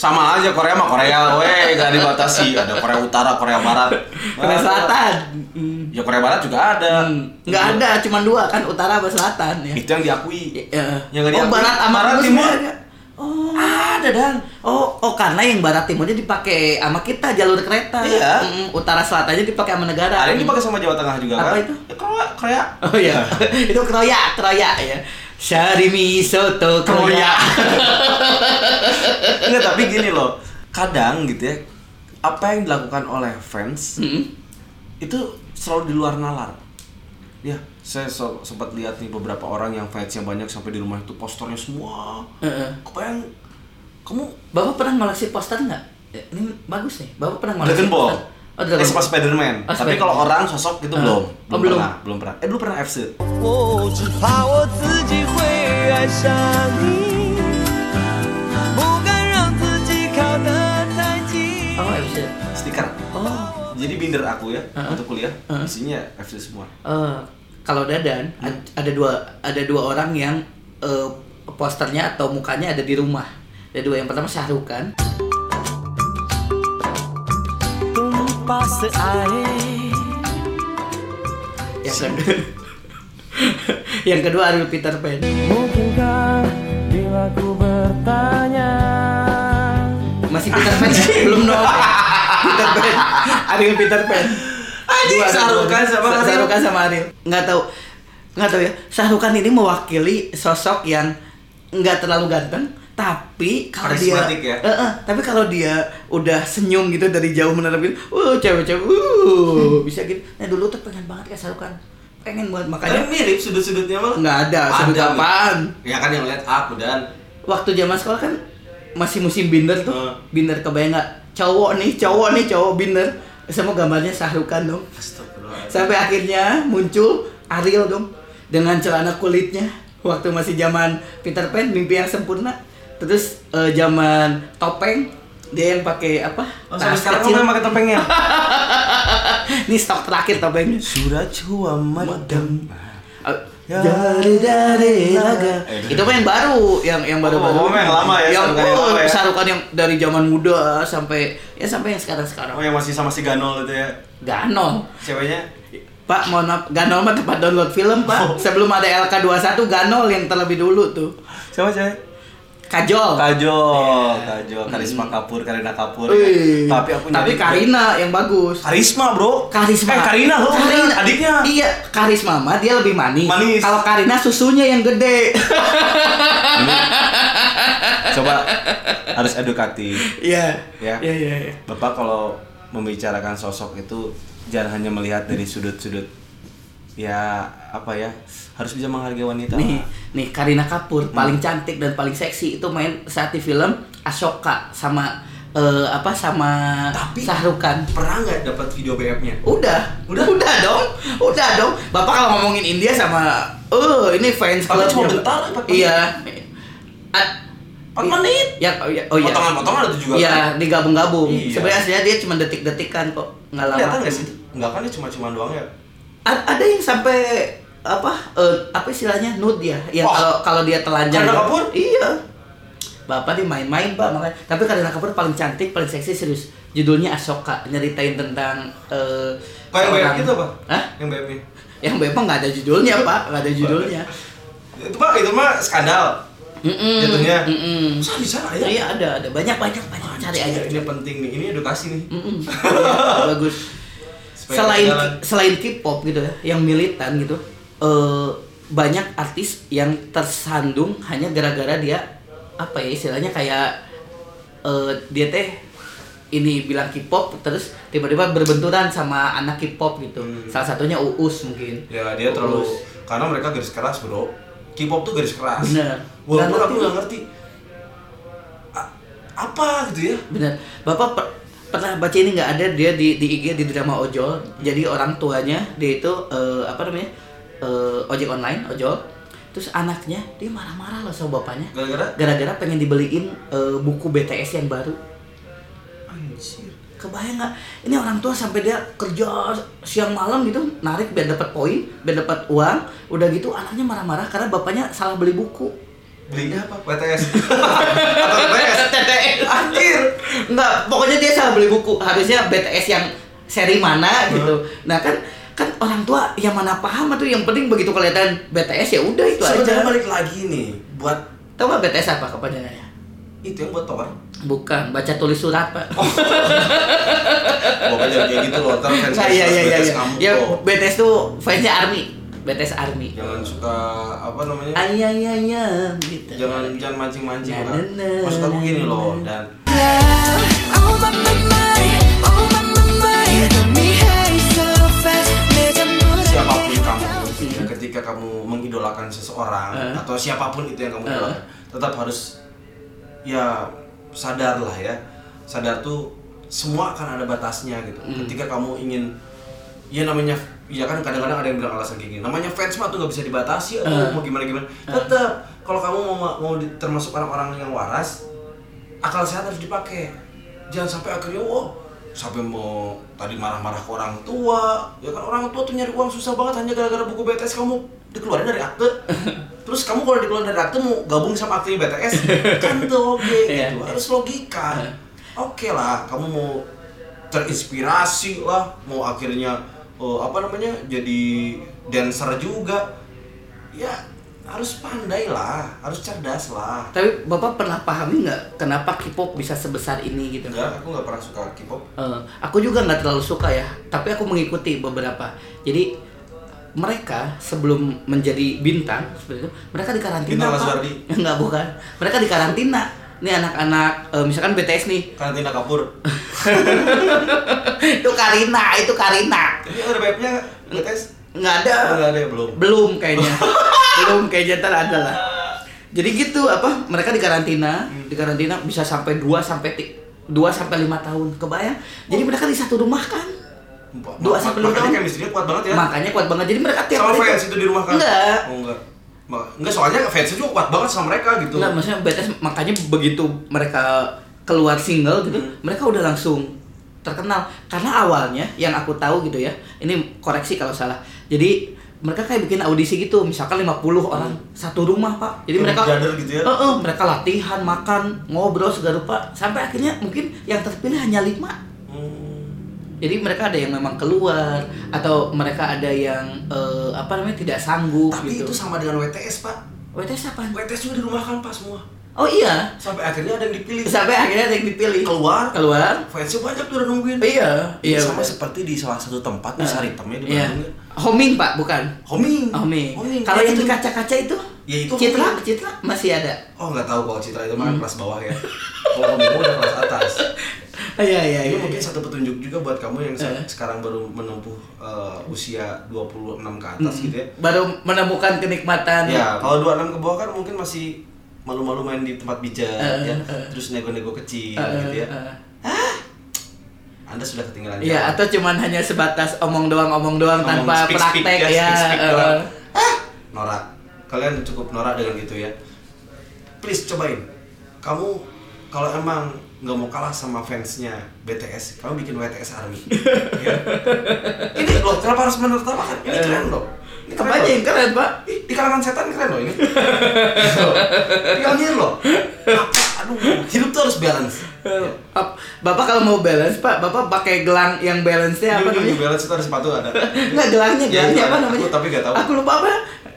Speaker 1: sama aja Korea mah Korea, weh gak dibatasi. Ada Korea Utara, Korea Barat,
Speaker 2: Korea Selatan. Hmm.
Speaker 1: Ya Korea Barat juga ada.
Speaker 2: Nggak ada, cuma dua kan utara sama selatan ya.
Speaker 1: Itu yang diakui.
Speaker 2: Eh,
Speaker 1: Yang nggak
Speaker 2: oh,
Speaker 1: diakui,
Speaker 2: barat sama
Speaker 1: barat
Speaker 2: timur
Speaker 1: timur.
Speaker 2: sebenarnya. Oh, ada dan. Oh, oh karena yang barat timurnya dipakai sama kita jalur kereta.
Speaker 1: Iya.
Speaker 2: Mm, utara selatannya dipakai sama negara.
Speaker 1: Ada yang dipakai sama Jawa Tengah juga
Speaker 2: Apa
Speaker 1: kan?
Speaker 2: itu?
Speaker 1: Ya, Korea, Korea.
Speaker 2: (laughs) Oh
Speaker 1: (laughs)
Speaker 2: iya, itu kroya, kroya ya. Sarimi soto (laughs) kroya.
Speaker 1: Enggak, tapi gini loh. Kadang gitu ya, apa yang dilakukan oleh fans
Speaker 2: Mm.
Speaker 1: itu selalu di luar nalar. Ya, saya so- sempat lihat nih beberapa orang yang fansnya banyak sampai di rumah itu posternya semua.
Speaker 2: Heeh.
Speaker 1: Kebayang kamu
Speaker 2: Bapak pernah ngoleksi poster nggak? Eh, Ini bagus nih. Bapak pernah ngoleksi
Speaker 1: Dragon Ball.
Speaker 2: poster? Oh,
Speaker 1: eh,
Speaker 2: Dragon
Speaker 1: sama
Speaker 2: Ball.
Speaker 1: Spiderman.
Speaker 2: Oh,
Speaker 1: Tapi
Speaker 2: Spiderman.
Speaker 1: kalau orang sosok itu
Speaker 2: Ah.
Speaker 1: belum.
Speaker 2: Oh, belum.
Speaker 1: pernah, belum pernah. Eh, dulu pernah FC.
Speaker 4: 我只怕我自己会爱上你，不敢让自己靠得太近。
Speaker 2: Oh, episode.
Speaker 1: Stiker.
Speaker 2: Oh,
Speaker 1: Jadi binder aku ya
Speaker 2: Ah.
Speaker 1: untuk kuliah.
Speaker 2: Ah.
Speaker 1: Isinya FC semua.
Speaker 2: Eh, kalau Dadan ad- ada dua ada dua orang yang eh, posternya atau mukanya ada di rumah. Ada dua yang pertama Syahrukan.
Speaker 4: तुम पास आए
Speaker 2: Yang kedua yang kedua Ariel Peter Pan.
Speaker 4: Mungkinkah bila ku bertanya
Speaker 2: Masih Peter Pan sih, (laughs) belum nol. Peter Pan. Ariel Peter Pan.
Speaker 1: Anjing, Syahrukan sama
Speaker 2: Sa-
Speaker 1: Ariel.
Speaker 2: Syahrukan sama Ariel. Nggak tahu. Nggak tahu ya. Syahrukan ini mewakili sosok yang nggak terlalu ganteng, tapi kalau dia
Speaker 1: Karismatik ya?
Speaker 2: Eh, eh, tapi kalau dia udah senyum gitu dari jauh menatap gitu, uh cewek-cewek, uh bisa gitu. Nah dulu tuh pengen banget kayak Syahrukan. Pengen banget makanya
Speaker 1: Kan mirip sudut-sudutnya mah.
Speaker 2: nggak ada sebut
Speaker 1: Ada,
Speaker 2: apaan.
Speaker 1: Ya kan yang lihat aku dan
Speaker 2: Waktu zaman sekolah kan masih musim binder tuh.
Speaker 1: Heeh.
Speaker 2: Binder kebayang nggak? Cowok nih, cowok nih, cowok binder. Semua gambarnya Syahrukan dong.
Speaker 1: Astagfirullah.
Speaker 2: Sampai akhirnya muncul Ariel dong dengan celana kulitnya waktu masih zaman Peter Pan mimpi yang sempurna. Terus eh, zaman topeng dia yang pakai apa?
Speaker 1: Oh,
Speaker 2: Tas
Speaker 1: sampai sekarang
Speaker 2: kecil.
Speaker 1: kamu yang pakai topengnya.
Speaker 2: Ini stok terakhir topengnya.
Speaker 1: Surat jua madam.
Speaker 2: Eh,
Speaker 1: Ya.
Speaker 2: Dari dari laga. Itu mah yang baru, yang yang baru
Speaker 1: Eh, Oh,
Speaker 2: baru.
Speaker 1: oh, yang lama ya,
Speaker 2: Yang
Speaker 1: Sarukan yang
Speaker 2: oh,
Speaker 1: lama ya.
Speaker 2: Sarukan yang dari zaman muda sampai ya sampai yang sekarang sekarang.
Speaker 1: (laughs) Oh yang masih sama si Ganol itu ya.
Speaker 2: Ganol.
Speaker 1: Ceweknya
Speaker 2: Pak, mohon maaf, Ganol mah tempat download film,
Speaker 1: Oh.
Speaker 2: Pak. Sebelum ada LK21, Ganol yang terlebih dulu tuh.
Speaker 1: siapa cewek? Iya.
Speaker 2: Kajol.
Speaker 1: Kajol, Kajol, Karisma Kapur, Karina Kapur.
Speaker 2: Wih.
Speaker 1: Hmm. Tapi aku
Speaker 2: Tapi
Speaker 1: nyari-
Speaker 2: Karina yang bagus.
Speaker 1: Karisma, Bro.
Speaker 2: Karisma.
Speaker 1: Eh, Karina loh,
Speaker 2: Karina.
Speaker 1: adiknya.
Speaker 2: Iya, Karisma mah dia lebih manis.
Speaker 1: Manis.
Speaker 2: Kalau Karina susunya yang gede.
Speaker 1: Coba harus edukatif.
Speaker 2: (laughs) Iya.
Speaker 1: Ya.
Speaker 2: Iya, iya, iya.
Speaker 1: Bapak kalau membicarakan sosok itu jangan hanya melihat dari sudut-sudut ya apa ya harus bisa menghargai wanita
Speaker 2: Nih, nih Karina Kapur paling cantik dan paling seksi itu main saat di film Ashoka sama eh, apa sama
Speaker 5: Tapi-
Speaker 2: Sahrukan.
Speaker 5: Pernah nggak dapat video BF-nya?
Speaker 2: Udah, udah, udah dong, udah dong. Bapak kalau ngomongin India sama, eh ini fans
Speaker 1: Tapi
Speaker 2: clubnya,
Speaker 1: cuma
Speaker 2: Pak.
Speaker 1: bentar, empat menit.
Speaker 2: Iya. A-
Speaker 1: Empat menit.
Speaker 2: Ya, oh iya. Oh, iya.
Speaker 1: Potongan-potongan ada juga, kan?
Speaker 2: Iya, digabung-gabung.
Speaker 1: Iya.
Speaker 2: Sebenarnya aslinya dia cuma detik-detikan kok, nggak lama.
Speaker 1: kelihatan nggak sih nggak kan dia cuma-cuma doang ya
Speaker 2: A- ada yang sampai apa eh, apa istilahnya nude ya yang
Speaker 1: Wah.
Speaker 2: kalau kalau dia telanjang
Speaker 1: Kareena
Speaker 2: ya.
Speaker 1: Kapoor?
Speaker 2: iya bapak dia main-main pak makanya tapi Kareena Kapoor paling cantik paling seksi serius judulnya Ashoka nyeritain tentang eh
Speaker 1: kayak gitu, yang BM
Speaker 2: seorang-
Speaker 1: itu apa
Speaker 2: Hah?
Speaker 1: yang BM -nya.
Speaker 2: yang memang nggak ada judulnya pak nggak ada judulnya
Speaker 1: itu pak itu mah skandal
Speaker 2: Mm-mm.
Speaker 1: (laughs) Jatuhnya?
Speaker 2: Mm-mm. Hmm.
Speaker 5: Bisa di sana ya?
Speaker 2: iya ada ada banyak banyak banyak cari aja
Speaker 1: ini penting nih ini edukasi nih
Speaker 2: Mm-mm. Iya, bagus
Speaker 1: Supaya
Speaker 2: Hmm. selain
Speaker 1: jalan.
Speaker 2: selain K-pop gitu ya yang militan gitu eh, banyak artis yang tersandung hanya gara-gara dia apa ya istilahnya kayak eh, dia teh ini bilang K-pop terus tiba-tiba berbenturan sama anak K-pop gitu salah satunya Uus mungkin
Speaker 1: Hmm. ya dia terlalu
Speaker 2: Uus.
Speaker 1: karena mereka garis keras bro K-pop tuh garis keras
Speaker 2: Bener.
Speaker 1: walaupun aku
Speaker 2: Nggak ngerti.
Speaker 1: nggak ngerti a- apa gitu ya
Speaker 2: Bener. Bapak per- pernah baca ini nggak ada dia di di IG di drama ojol. Jadi orang tuanya dia itu eh, apa namanya eh, ojek online ojol. Terus anaknya dia marah-marah loh sama bapaknya.
Speaker 1: Gara-gara?
Speaker 2: Gara-gara pengen dibeliin eh, buku BTS yang baru.
Speaker 1: anjir
Speaker 2: Kebayang nggak? Ini orang tua sampai dia kerja siang malam gitu narik biar dapat poin, biar dapat uang. Udah gitu anaknya marah-marah karena bapaknya salah beli buku.
Speaker 1: belinya apa
Speaker 2: (laughs)
Speaker 1: PTS atau PTS
Speaker 2: Anjir. Enggak, pokoknya dia salah beli buku. Harusnya BTS yang seri mana gitu. Nah, kan kan orang tua yang mana paham tuh yang penting begitu kelihatan BTS ya udah itu
Speaker 1: sebenarnya
Speaker 2: aja.
Speaker 1: balik lagi nih buat
Speaker 2: Tahu nggak BTS apa
Speaker 1: Iya,
Speaker 2: kepanjangannya?
Speaker 1: itu yang buat tower
Speaker 2: Bukan, baca tulis surat, Pak. Oh,
Speaker 1: Pokoknya jangan kayak gitu loh, ntar fans
Speaker 2: (laughs) iya iya iya.
Speaker 1: BTS
Speaker 2: iya.
Speaker 1: ngamuk
Speaker 2: Ya
Speaker 1: loh.
Speaker 2: BTS tuh fansnya ARMY. BTS ARMY.
Speaker 1: Jangan suka apa namanya?
Speaker 2: Ayayaya gitu.
Speaker 1: Jangan jangan mancing-mancing
Speaker 2: Nah,
Speaker 1: lah.
Speaker 2: nah, nah,
Speaker 1: Maksud aku gini
Speaker 2: nah,
Speaker 1: loh,
Speaker 2: nah.
Speaker 1: dan
Speaker 4: Oh my my my, oh my my my, you got me high so fast, 내 잠을
Speaker 1: siapapun kamu, ya, ketika kamu mengidolakan seseorang
Speaker 2: Eh.
Speaker 1: atau siapapun itu yang kamu
Speaker 2: Eh.
Speaker 1: idolakan, tetap harus ya sadar lah ya. Sadar tuh semua akan ada batasnya gitu.
Speaker 2: Hmm.
Speaker 1: Ketika kamu ingin ya namanya ya kan kadang-kadang ada yang bilang alasan kayak gini namanya fans mah tuh nggak bisa dibatasi atau
Speaker 2: Eh.
Speaker 1: mau gimana gimana tetap kalau kamu mau mau di- termasuk orang-orang yang waras akal sehat harus dipakai jangan sampai akhirnya wow sampai mau tadi marah-marah ke orang tua ya kan orang tua tuh nyari uang susah banget hanya gara-gara buku BTS kamu dikeluarin dari akte terus kamu kalau dikeluarin dari akte mau gabung sama akte BTS kan tuh oke
Speaker 2: Iya,
Speaker 1: gitu
Speaker 2: iya.
Speaker 1: harus logika oke lah kamu mau terinspirasi lah mau akhirnya eh, apa namanya jadi dancer juga ya harus pandai lah harus cerdas lah
Speaker 2: Tapi Bapak pernah pahami nggak kenapa K-pop bisa sebesar ini gitu?
Speaker 1: Enggak, aku nggak pernah suka K-pop.
Speaker 2: Eh, aku juga nggak terlalu suka ya, tapi aku mengikuti beberapa. Jadi mereka sebelum menjadi bintang seperti itu, mereka dikarantina.
Speaker 1: Bintang
Speaker 2: Pak.
Speaker 1: Laswardi.
Speaker 2: (laughs) Nggak bukan. Mereka dikarantina. Nih anak-anak eh, misalkan BTS nih. (laughs)
Speaker 1: Karantina kapur.
Speaker 2: itu Karina, itu Karina.
Speaker 1: Tapi ada vibe-nya ngetes.
Speaker 2: Nggak ada.
Speaker 1: Oh, nggak ada ya, belum.
Speaker 2: Belum kayaknya. belum kayaknya ntar ada lah. Jadi gitu apa mereka dikarantina, dikarantina bisa sampai 2 sampai 2 sampai 5 tahun. Kebayang? Jadi mereka di satu rumah kan. Dua
Speaker 1: Ma-
Speaker 2: sebelum
Speaker 1: Makanya
Speaker 2: tahun.
Speaker 1: chemistry-nya kuat banget ya.
Speaker 2: Makanya kuat banget. Jadi mereka tiap
Speaker 1: Sama
Speaker 2: hari
Speaker 1: fans itu di rumah kan?
Speaker 2: Enggak.
Speaker 1: Oh, enggak. Ma- Enggak, soalnya fans juga kuat banget sama mereka gitu.
Speaker 2: Enggak, maksudnya BTS makanya begitu mereka keluar single gitu,
Speaker 1: Hmm.
Speaker 2: mereka udah langsung terkenal. Karena awalnya yang aku tahu gitu ya. Ini koreksi kalau salah. Jadi mereka kayak bikin audisi gitu, misalkan 50 orang satu rumah, Pak. Jadi
Speaker 1: Hmm. Kayak
Speaker 2: mereka
Speaker 1: brother gitu ya?
Speaker 2: Eh, eh, mereka latihan, makan, ngobrol segala rupa sampai akhirnya mungkin yang terpilih hanya lima
Speaker 1: Hmm.
Speaker 2: Jadi mereka ada yang memang keluar atau mereka ada yang eh, apa namanya tidak sanggup
Speaker 1: Tapi
Speaker 2: gitu.
Speaker 1: itu sama dengan WTS, Pak.
Speaker 2: WTS apaan?
Speaker 1: WTS juga di rumah kan pas semua.
Speaker 2: Oh iya,
Speaker 1: Sampai akhirnya ada yang dipilih.
Speaker 2: sampai akhirnya ada yang dipilih.
Speaker 1: Keluar,
Speaker 2: Keluar.
Speaker 1: fansnya banyak tuh udah nungguin.
Speaker 2: Iya, iya.
Speaker 1: sama
Speaker 2: benar.
Speaker 1: seperti di salah satu tempat
Speaker 2: Eh,
Speaker 1: nih Saritemnya di
Speaker 2: iya.
Speaker 1: Bandung. ya.
Speaker 2: Homing Pak, bukan?
Speaker 1: Homing.
Speaker 2: Homing. Kalau yang di kaca-kaca itu?
Speaker 1: Ya, itu
Speaker 2: Citra, Hmm.
Speaker 1: homing.
Speaker 2: Citra masih
Speaker 1: (laughs)
Speaker 2: ada.
Speaker 1: Oh, nggak tahu kalau Citra itu mah kelas bawah ya. Kalau kamu udah kelas atas.
Speaker 2: Iya, iya,
Speaker 1: Ini
Speaker 2: iya.
Speaker 1: Eh, mungkin satu petunjuk juga buat kamu yang se-
Speaker 2: Eh.
Speaker 1: sekarang baru menempuh eh, usia 26 ke atas
Speaker 2: Hmm.
Speaker 1: gitu ya.
Speaker 2: Baru menemukan kenikmatan.
Speaker 1: Ya, kalau 26 ke bawah kan mungkin masih malu-malu main di tempat bijak
Speaker 2: Eh,
Speaker 1: ya,
Speaker 2: eh.
Speaker 1: terus nego-nego kecil
Speaker 2: Eh, eh,
Speaker 1: gitu ya.
Speaker 2: eh.
Speaker 1: Anda sudah ketinggalan
Speaker 2: Iya,
Speaker 1: zaman.
Speaker 2: atau cuman hanya sebatas omong doang, omong doang
Speaker 1: Ngomong
Speaker 2: tanpa
Speaker 1: speak, speak,
Speaker 2: praktek
Speaker 1: ya,
Speaker 2: ya.
Speaker 1: speak, speak
Speaker 2: eh,
Speaker 1: doang.
Speaker 2: eh.
Speaker 1: norak. Kalian cukup norak dengan gitu ya. Please cobain. Kamu kalau emang nggak mau kalah sama fansnya BTS, kamu bikin WTS
Speaker 2: (laughs)
Speaker 1: Army. ya. Ini loh, kenapa harus menertawakan? Ini
Speaker 2: Eh.
Speaker 1: keren loh. Ini keren
Speaker 2: Apanya
Speaker 1: loh.
Speaker 2: yang keren, Pak?
Speaker 1: Ih, di kalangan setan keren loh ini. Loh, Pionir loh. Apa? Aduh, hidup tuh harus balance. Ya.
Speaker 2: Ap- Bapak kalau mau balance, Pak, Bapak pakai gelang yang balance-nya Iya, apa
Speaker 1: Ini New
Speaker 2: namanya?
Speaker 1: Balance itu ada sepatu ada.
Speaker 2: Enggak gelangnya,
Speaker 1: Ya,
Speaker 2: gelangnya
Speaker 1: iya,
Speaker 2: apa
Speaker 1: aku
Speaker 2: namanya?
Speaker 1: tapi nggak tahu.
Speaker 2: Aku lupa apa.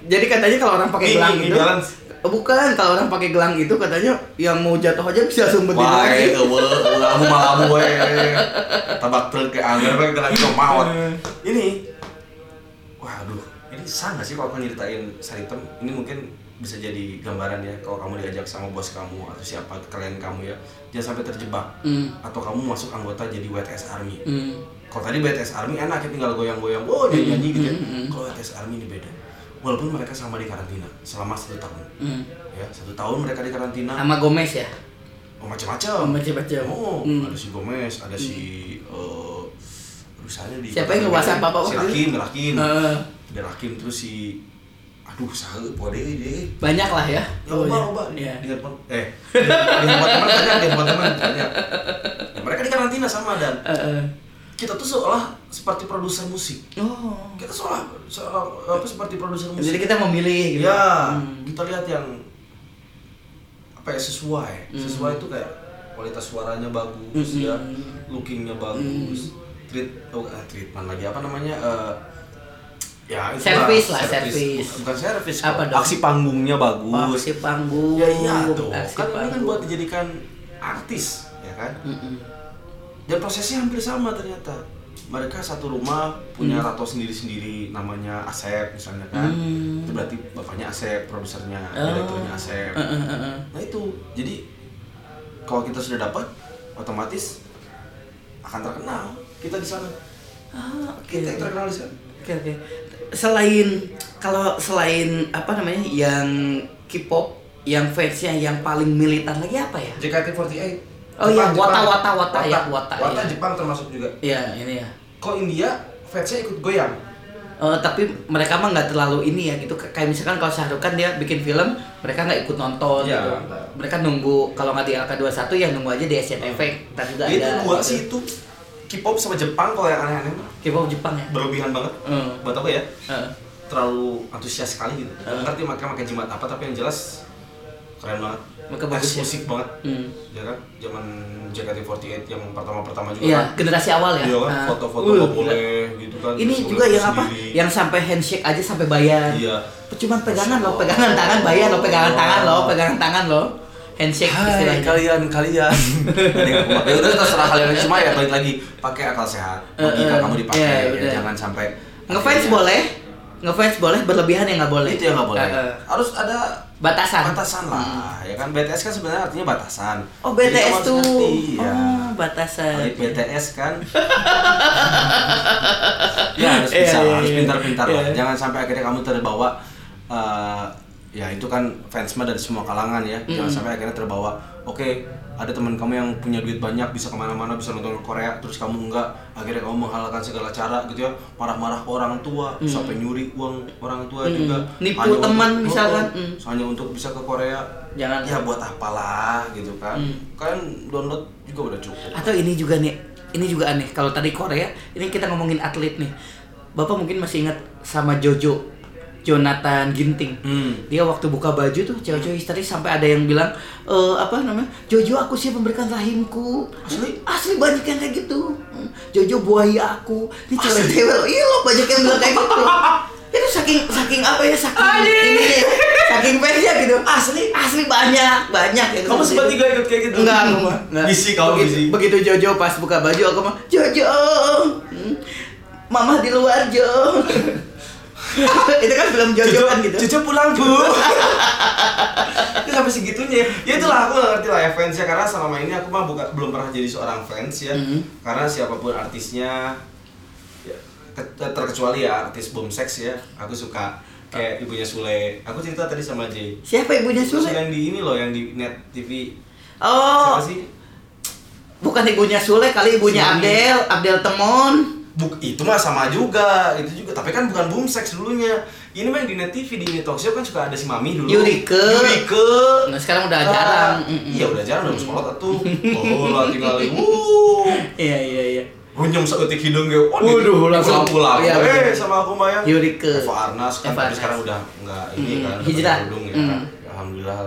Speaker 2: Jadi katanya kalau orang pakai
Speaker 1: Ini
Speaker 2: gelang
Speaker 1: New
Speaker 2: gitu,
Speaker 1: Balance.
Speaker 2: bukan kalau orang pakai gelang itu katanya yang mau jatuh aja bisa langsung berdiri
Speaker 1: Wah,
Speaker 2: lagi.
Speaker 1: eh, eueuh, eueuh, lamu malamu we. Tabak truk ke anggar we eh, kita lagi mawon. Eh. Ini waduh, ini sah nggak sih kalau aku nyeritain saritem? Ini mungkin bisa jadi gambaran ya kalau kamu diajak sama bos kamu atau siapa kalian kamu ya jangan sampai terjebak
Speaker 2: Hmm.
Speaker 1: atau kamu masuk anggota jadi WTS Army
Speaker 2: Hmm.
Speaker 1: kalau tadi BTS Army enak ya tinggal goyang-goyang oh nyanyi nyanyi gitu ya kalau BTS Army ini beda walaupun mereka sama di karantina selama satu tahun
Speaker 2: Hmm.
Speaker 1: ya satu tahun mereka di karantina
Speaker 2: Sama Gomez ya?
Speaker 1: oh, macam-macam
Speaker 2: Sama baca
Speaker 1: oh
Speaker 2: Hmm.
Speaker 1: ada si Gomez ada si eh aduh, saya di
Speaker 2: Siapa yang nge-WhatsApp Papa
Speaker 1: si
Speaker 2: waktu itu?
Speaker 1: Rakim Rakim
Speaker 2: Eh,
Speaker 1: ada Rakim terus si aduh sahe pode deh
Speaker 2: banyak lah ya.
Speaker 1: Ya loba loba
Speaker 2: Iya.
Speaker 1: di handphone eh di di handphone teman banyak di handphone teman banyak. Ya, mereka di karantina sama dan
Speaker 2: Eh, eh.
Speaker 1: kita tuh seolah seperti produser musik
Speaker 2: Oh.
Speaker 1: kita seolah, seolah apa seperti produser
Speaker 2: Jadi
Speaker 1: musik
Speaker 2: kita memilih gitu.
Speaker 1: ya
Speaker 2: Hmm.
Speaker 1: kita lihat yang apa ya sesuai sesuai itu kayak kualitas suaranya bagus
Speaker 2: Hmm.
Speaker 1: ya lookingnya bagus treat oh, eh, treatment lagi apa namanya eh, ya itu
Speaker 2: Service lah, service.
Speaker 1: bukan service
Speaker 2: Apa
Speaker 1: kok.
Speaker 2: dong?
Speaker 1: aksi panggungnya
Speaker 2: Wah,
Speaker 1: bagus
Speaker 2: si panggung.
Speaker 1: ya iya tuh
Speaker 2: aksi
Speaker 1: kan ini kan
Speaker 2: panggung. Hmm,
Speaker 1: buat dijadikan artis ya kan
Speaker 2: Mm-mm.
Speaker 1: dan prosesnya hampir sama ternyata mereka satu rumah punya tato sendiri-sendiri namanya Asep misalnya kan
Speaker 2: Hmm.
Speaker 1: itu berarti bapaknya Asep produsernya
Speaker 2: Oh.
Speaker 1: direkturnya Asep
Speaker 2: Eh, eh, eh, eh.
Speaker 1: nah itu jadi kalau kita sudah dapat otomatis akan terkenal kita di sana
Speaker 2: Ah, oke.
Speaker 1: kita yang terkenal di sana
Speaker 2: Oke oke. Selain kalau selain apa namanya yang K-pop, yang fansnya yang paling militan lagi apa ya?
Speaker 1: JKT48
Speaker 2: Oh iya,
Speaker 1: Jepang,
Speaker 2: Wata,
Speaker 1: Jepang.
Speaker 2: Wata, Wata, ya, Wata,
Speaker 1: Wata
Speaker 2: ya.
Speaker 1: Jepang termasuk juga
Speaker 2: Iya ini ya.
Speaker 1: kok India fansnya ikut goyang
Speaker 2: Eh, tapi mereka mah nggak terlalu ini ya gitu K- kayak misalkan kalau Shah Rukh Khan dia bikin film mereka nggak ikut nonton
Speaker 1: Iya.
Speaker 2: gitu. mereka nunggu kalau nggak di LK21 ya nunggu aja di SCTV tadi juga
Speaker 1: Oh. itu
Speaker 2: ada
Speaker 1: dua
Speaker 2: gitu.
Speaker 1: sih itu K-pop sama Jepang kalau yang aneh-aneh mah
Speaker 2: K-pop Jepang ya
Speaker 1: berlebihan banget
Speaker 2: Hmm. eh,
Speaker 1: buat aku ya
Speaker 2: Heeh.
Speaker 1: terlalu antusias sekali gitu. Nggak
Speaker 2: Heeh.
Speaker 1: ngerti mereka pakai jimat apa tapi yang jelas keren banget.
Speaker 2: Mereka
Speaker 1: Tes
Speaker 2: bagus ya.
Speaker 1: musik banget.
Speaker 2: Hmm.
Speaker 1: Ya kan? Zaman JKT48 yang pertama-pertama juga
Speaker 2: Iya,
Speaker 1: kan.
Speaker 2: generasi awal ya.
Speaker 1: Iya kan?
Speaker 2: Ah.
Speaker 1: Foto-foto
Speaker 2: Uh,
Speaker 1: nggak
Speaker 2: gila.
Speaker 1: boleh gitu kan.
Speaker 2: Ini
Speaker 1: Terus
Speaker 2: juga
Speaker 1: boleh
Speaker 2: yang apa?
Speaker 1: sendiri.
Speaker 2: Yang sampai handshake aja sampai bayar.
Speaker 1: Iya.
Speaker 2: Cuman pegangan loh, pegangan tangan bayar loh, pegangan tangan loh, pegangan tangan loh. Handshake
Speaker 1: Hai
Speaker 2: istilahnya.
Speaker 1: kalian
Speaker 2: (laughs)
Speaker 1: kalian. Ada yang kuat. ya udah terserah kalian aja. cuma ya balik lagi pakai akal sehat.
Speaker 2: Eh,
Speaker 1: Logika
Speaker 2: eh,
Speaker 1: kamu dipakai
Speaker 2: iya,
Speaker 1: ya,
Speaker 2: udah.
Speaker 1: jangan sampai
Speaker 2: Ngefans boleh, ngefans boleh, berlebihan ya nggak boleh.
Speaker 1: Itu yang nggak boleh.
Speaker 2: Eh, eh.
Speaker 1: Harus ada
Speaker 2: Batasan. Hmm.
Speaker 1: batasan lah ya kan BTS kan sebenarnya artinya batasan
Speaker 2: Oh
Speaker 1: Jadi kamu
Speaker 2: BTS
Speaker 1: harus
Speaker 2: tuh.
Speaker 1: ngerti, ya.
Speaker 2: Oh batasan.
Speaker 1: Adik BTS
Speaker 2: (laughs)
Speaker 1: kan ya harus
Speaker 2: Iya,
Speaker 1: bisa
Speaker 2: iya,
Speaker 1: lah, harus
Speaker 2: iya.
Speaker 1: pintar-pintar lah
Speaker 2: Iya.
Speaker 1: jangan sampai akhirnya kamu terbawa eh, ya itu kan fans mah dari semua kalangan ya jangan
Speaker 2: Hmm.
Speaker 1: sampai akhirnya terbawa oke ada teman kamu yang punya duit banyak bisa kemana-mana bisa nonton ke Korea terus kamu enggak akhirnya kamu menghalalkan segala cara gitu ya marah-marah ke orang tua
Speaker 2: Hmm.
Speaker 1: sampai nyuri uang orang tua
Speaker 2: Mm.
Speaker 1: juga
Speaker 2: Nipu
Speaker 1: Hanya untuk-
Speaker 2: teman misalkan.
Speaker 1: Oh, oh.
Speaker 2: Mm.
Speaker 1: hanya untuk bisa ke Korea
Speaker 2: Jangan.
Speaker 1: ya buat apalah gitu kan
Speaker 2: Mm.
Speaker 1: kalian download juga udah cukup
Speaker 2: Atau ini juga nih, ini juga aneh. Kalau tadi Korea, ini kita ngomongin atlet nih. Bapak mungkin masih ingat sama Jojo, Jonathan Ginting.
Speaker 1: Hmm.
Speaker 2: Dia waktu buka baju tuh cewek-cewek histeris sampai ada yang bilang eh apa namanya Jojo aku siap memberikan rahimku asli asli banyak yang kayak gitu Hmm, Jojo buaya aku ini cewek-cewek iya lo banyak yang bilang kayak
Speaker 1: (laughs)
Speaker 2: gitu itu saking saking apa ya saking ini ya, saking fansnya gitu asli asli banyak banyak ya
Speaker 1: Kamu sempat juga ikut kayak gitu?
Speaker 2: enggak aku mah enggak.
Speaker 1: Gisi kamu,
Speaker 2: begitu,
Speaker 1: gisi.
Speaker 2: begitu Jojo pas buka baju aku mah Jojo Hmm, mama di luar Jo (laughs) itu kan film Jojo kan gitu
Speaker 1: Cucu pulang (laughs) bu. itu sampai segitunya. ya. Ya itulah aku gak ngerti lah ya fansnya karena selama ini aku mah bukan belum pernah jadi seorang fans ya. Karena siapapun artisnya ya, ke- terkecuali ya artis boom sex ya. Aku suka kayak ibunya Sule. Aku cerita tadi sama Jay.
Speaker 2: siapa ibunya
Speaker 1: Sule
Speaker 2: Sule
Speaker 1: yang di ini loh yang di net TV.
Speaker 2: oh
Speaker 1: Siapa sih?
Speaker 2: bukan ibunya Sule kali ibunya
Speaker 1: Sule.
Speaker 2: Abdel Abdel Temon
Speaker 1: Buk, itu mah sama juga, itu juga. Tapi kan bukan boom sex dulunya. Ini mah yang di net TV di Net Talk Show kan suka ada si Mami dulu.
Speaker 2: Yurike.
Speaker 1: Yurike.
Speaker 2: nah, sekarang udah
Speaker 1: Ah,
Speaker 2: jarang
Speaker 1: Iya udah jarang udah sekolah
Speaker 2: (laughs)
Speaker 1: tuh. Oh lah tinggal wuh.
Speaker 2: iya iya iya
Speaker 1: Runyam seutik hidung gue.
Speaker 2: Waduh, langsung.
Speaker 1: pulang. eh
Speaker 2: Iya, bener.
Speaker 1: sama aku Maya.
Speaker 2: Yurike.
Speaker 1: Eva Arnas kan
Speaker 2: Eva
Speaker 1: tapi
Speaker 2: Arnas.
Speaker 1: sekarang udah enggak ini
Speaker 2: Hmm,
Speaker 1: kan. udah
Speaker 2: hijrah.
Speaker 1: pakai Kerudung ya.
Speaker 2: Hmm.
Speaker 1: kan. Alhamdulillah.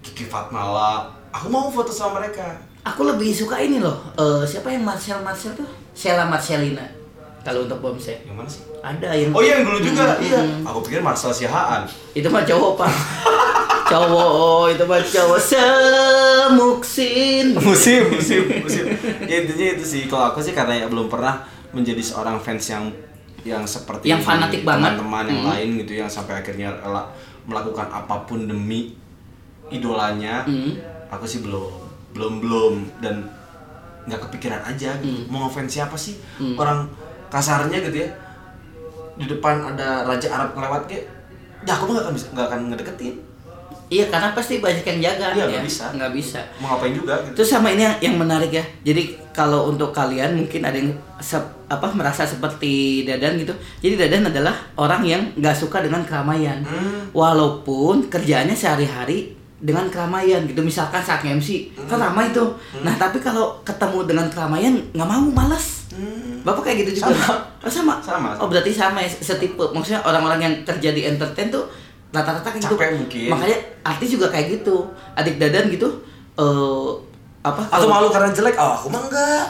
Speaker 1: Kiki Fatmala. Aku mau foto sama mereka.
Speaker 2: aku lebih suka ini loh Eh, siapa yang Marcel Marcel tuh Sheila Marcelina kalau untuk bom saya
Speaker 1: Yang mana sih?
Speaker 2: ada yang
Speaker 1: Oh iya yang dulu juga.
Speaker 2: Hmm,
Speaker 1: Iya.
Speaker 2: hmm. (laughs)
Speaker 1: Aku pikir Marcel Siahaan.
Speaker 2: itu mah cowok pak cowok itu mah cowok semuksin
Speaker 1: musim musim musim ya intinya itu sih kalau aku sih karena ya belum pernah menjadi seorang fans yang yang seperti
Speaker 2: Yang fanatik banget.
Speaker 1: teman-teman yang
Speaker 2: Hmm.
Speaker 1: lain gitu yang sampai akhirnya rela melakukan apapun demi idolanya
Speaker 2: Hmm.
Speaker 1: aku sih belum belum belum dan nggak kepikiran aja
Speaker 2: Hmm.
Speaker 1: gitu. mau ngefans siapa sih orang kasarnya gitu ya di depan ada raja Arab ngelewat kayak ya aku mah nggak akan bisa nggak akan ngedeketin
Speaker 2: iya karena pasti banyak yang jaga
Speaker 1: Iya,
Speaker 2: ya.
Speaker 1: nggak bisa.
Speaker 2: nggak bisa
Speaker 1: mau ngapain juga gitu
Speaker 2: Terus sama ini yang, yang menarik ya. Jadi kalau untuk kalian mungkin ada yang se- apa merasa seperti Dadan gitu. Jadi Dadan adalah orang yang nggak suka dengan keramaian.
Speaker 1: Hmm.
Speaker 2: Walaupun kerjaannya sehari-hari dengan keramaian gitu. Misalkan saat MC kan
Speaker 1: Hmm.
Speaker 2: ramai tuh. Nah, tapi kalau ketemu dengan keramaian nggak mau malas. Bapak kayak gitu juga. Oh, sama.
Speaker 1: Sama,
Speaker 2: Oh, berarti sama ya setipe. Maksudnya orang-orang yang kerja di entertain tuh rata-rata kayak gitu.
Speaker 1: Capek mungkin.
Speaker 2: Makanya artis juga kayak gitu. Adik Dadan gitu eh apa
Speaker 5: Atau malu karena jelek? Oh, aku mah enggak.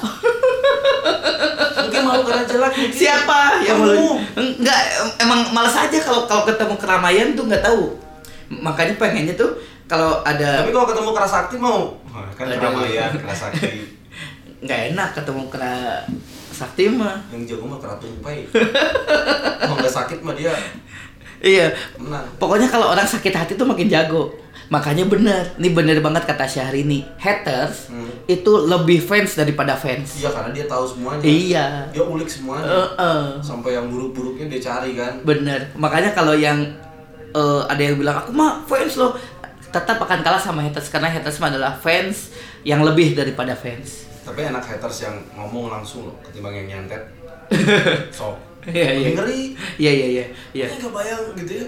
Speaker 1: mungkin malu karena jelek mungkin.
Speaker 2: siapa yang
Speaker 1: Kamu.
Speaker 2: Iya. malu enggak em- emang males aja kalau kalau ketemu keramaian tuh nggak tahu makanya pengennya tuh kalau ada
Speaker 1: Tapi kalau ketemu Kerasakti mau Wah, kan
Speaker 2: Aduh.
Speaker 1: keramaian Kerasakti
Speaker 2: nggak enak ketemu kera sakti mah
Speaker 1: yang jago mah Keratumpai. Kalau nggak sakit mah dia
Speaker 2: iya
Speaker 1: menang.
Speaker 2: pokoknya kalau orang sakit hati tuh makin jago makanya bener ini bener banget kata Syahrini haters
Speaker 1: Hmm.
Speaker 2: itu lebih fans daripada fans
Speaker 1: Iya karena dia tahu semuanya.
Speaker 2: iya
Speaker 1: Dia ulik semuanya.
Speaker 2: Eh, eh.
Speaker 1: Sampai yang buruk-buruknya dia cari kan.
Speaker 2: Bener, makanya kalau yang eh, ada yang bilang aku mah fans loh tetap akan kalah sama haters karena haters mah adalah fans yang lebih daripada fans.
Speaker 1: Tapi enak haters yang ngomong langsung loh ketimbang yang
Speaker 2: (laughs)
Speaker 1: nyantet. Sok.
Speaker 2: Iya iya.
Speaker 1: Lebih ngeri.
Speaker 2: Iya iya iya. Iya.
Speaker 1: Ini nggak bayang gitu ya.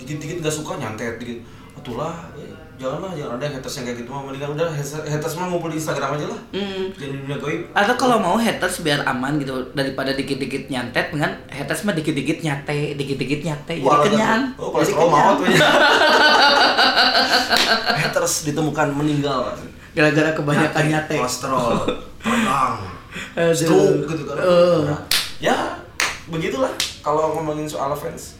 Speaker 1: Dikit-dikit nggak suka nyantet dikit. Atulah, eh, janganlah jangan ada yang haters yang kayak gitu mah mendingan udah haters, haters mah ngumpul di Instagram aja lah.
Speaker 2: Hmm.
Speaker 1: Jangan di dunia goib.
Speaker 2: Atau kalau mau haters biar aman gitu daripada dikit-dikit nyantet dengan haters mah dikit-dikit nyate, dikit-dikit nyate. Eh, Jadi
Speaker 1: Wah,
Speaker 2: kenyang.
Speaker 1: Oh,
Speaker 2: Jadi
Speaker 1: kolesterol
Speaker 2: kenyang.
Speaker 1: mau tuh ya. (laughs)
Speaker 5: Haters ditemukan meninggal.
Speaker 2: Gara-gara kebanyakan
Speaker 1: Nah,
Speaker 2: nyate.
Speaker 1: Kolesterol, terbang,
Speaker 2: (laughs) Aduh.
Speaker 1: stroke gitu kan.
Speaker 2: Eh.
Speaker 1: Ya, begitulah kalau ngomongin soal fans.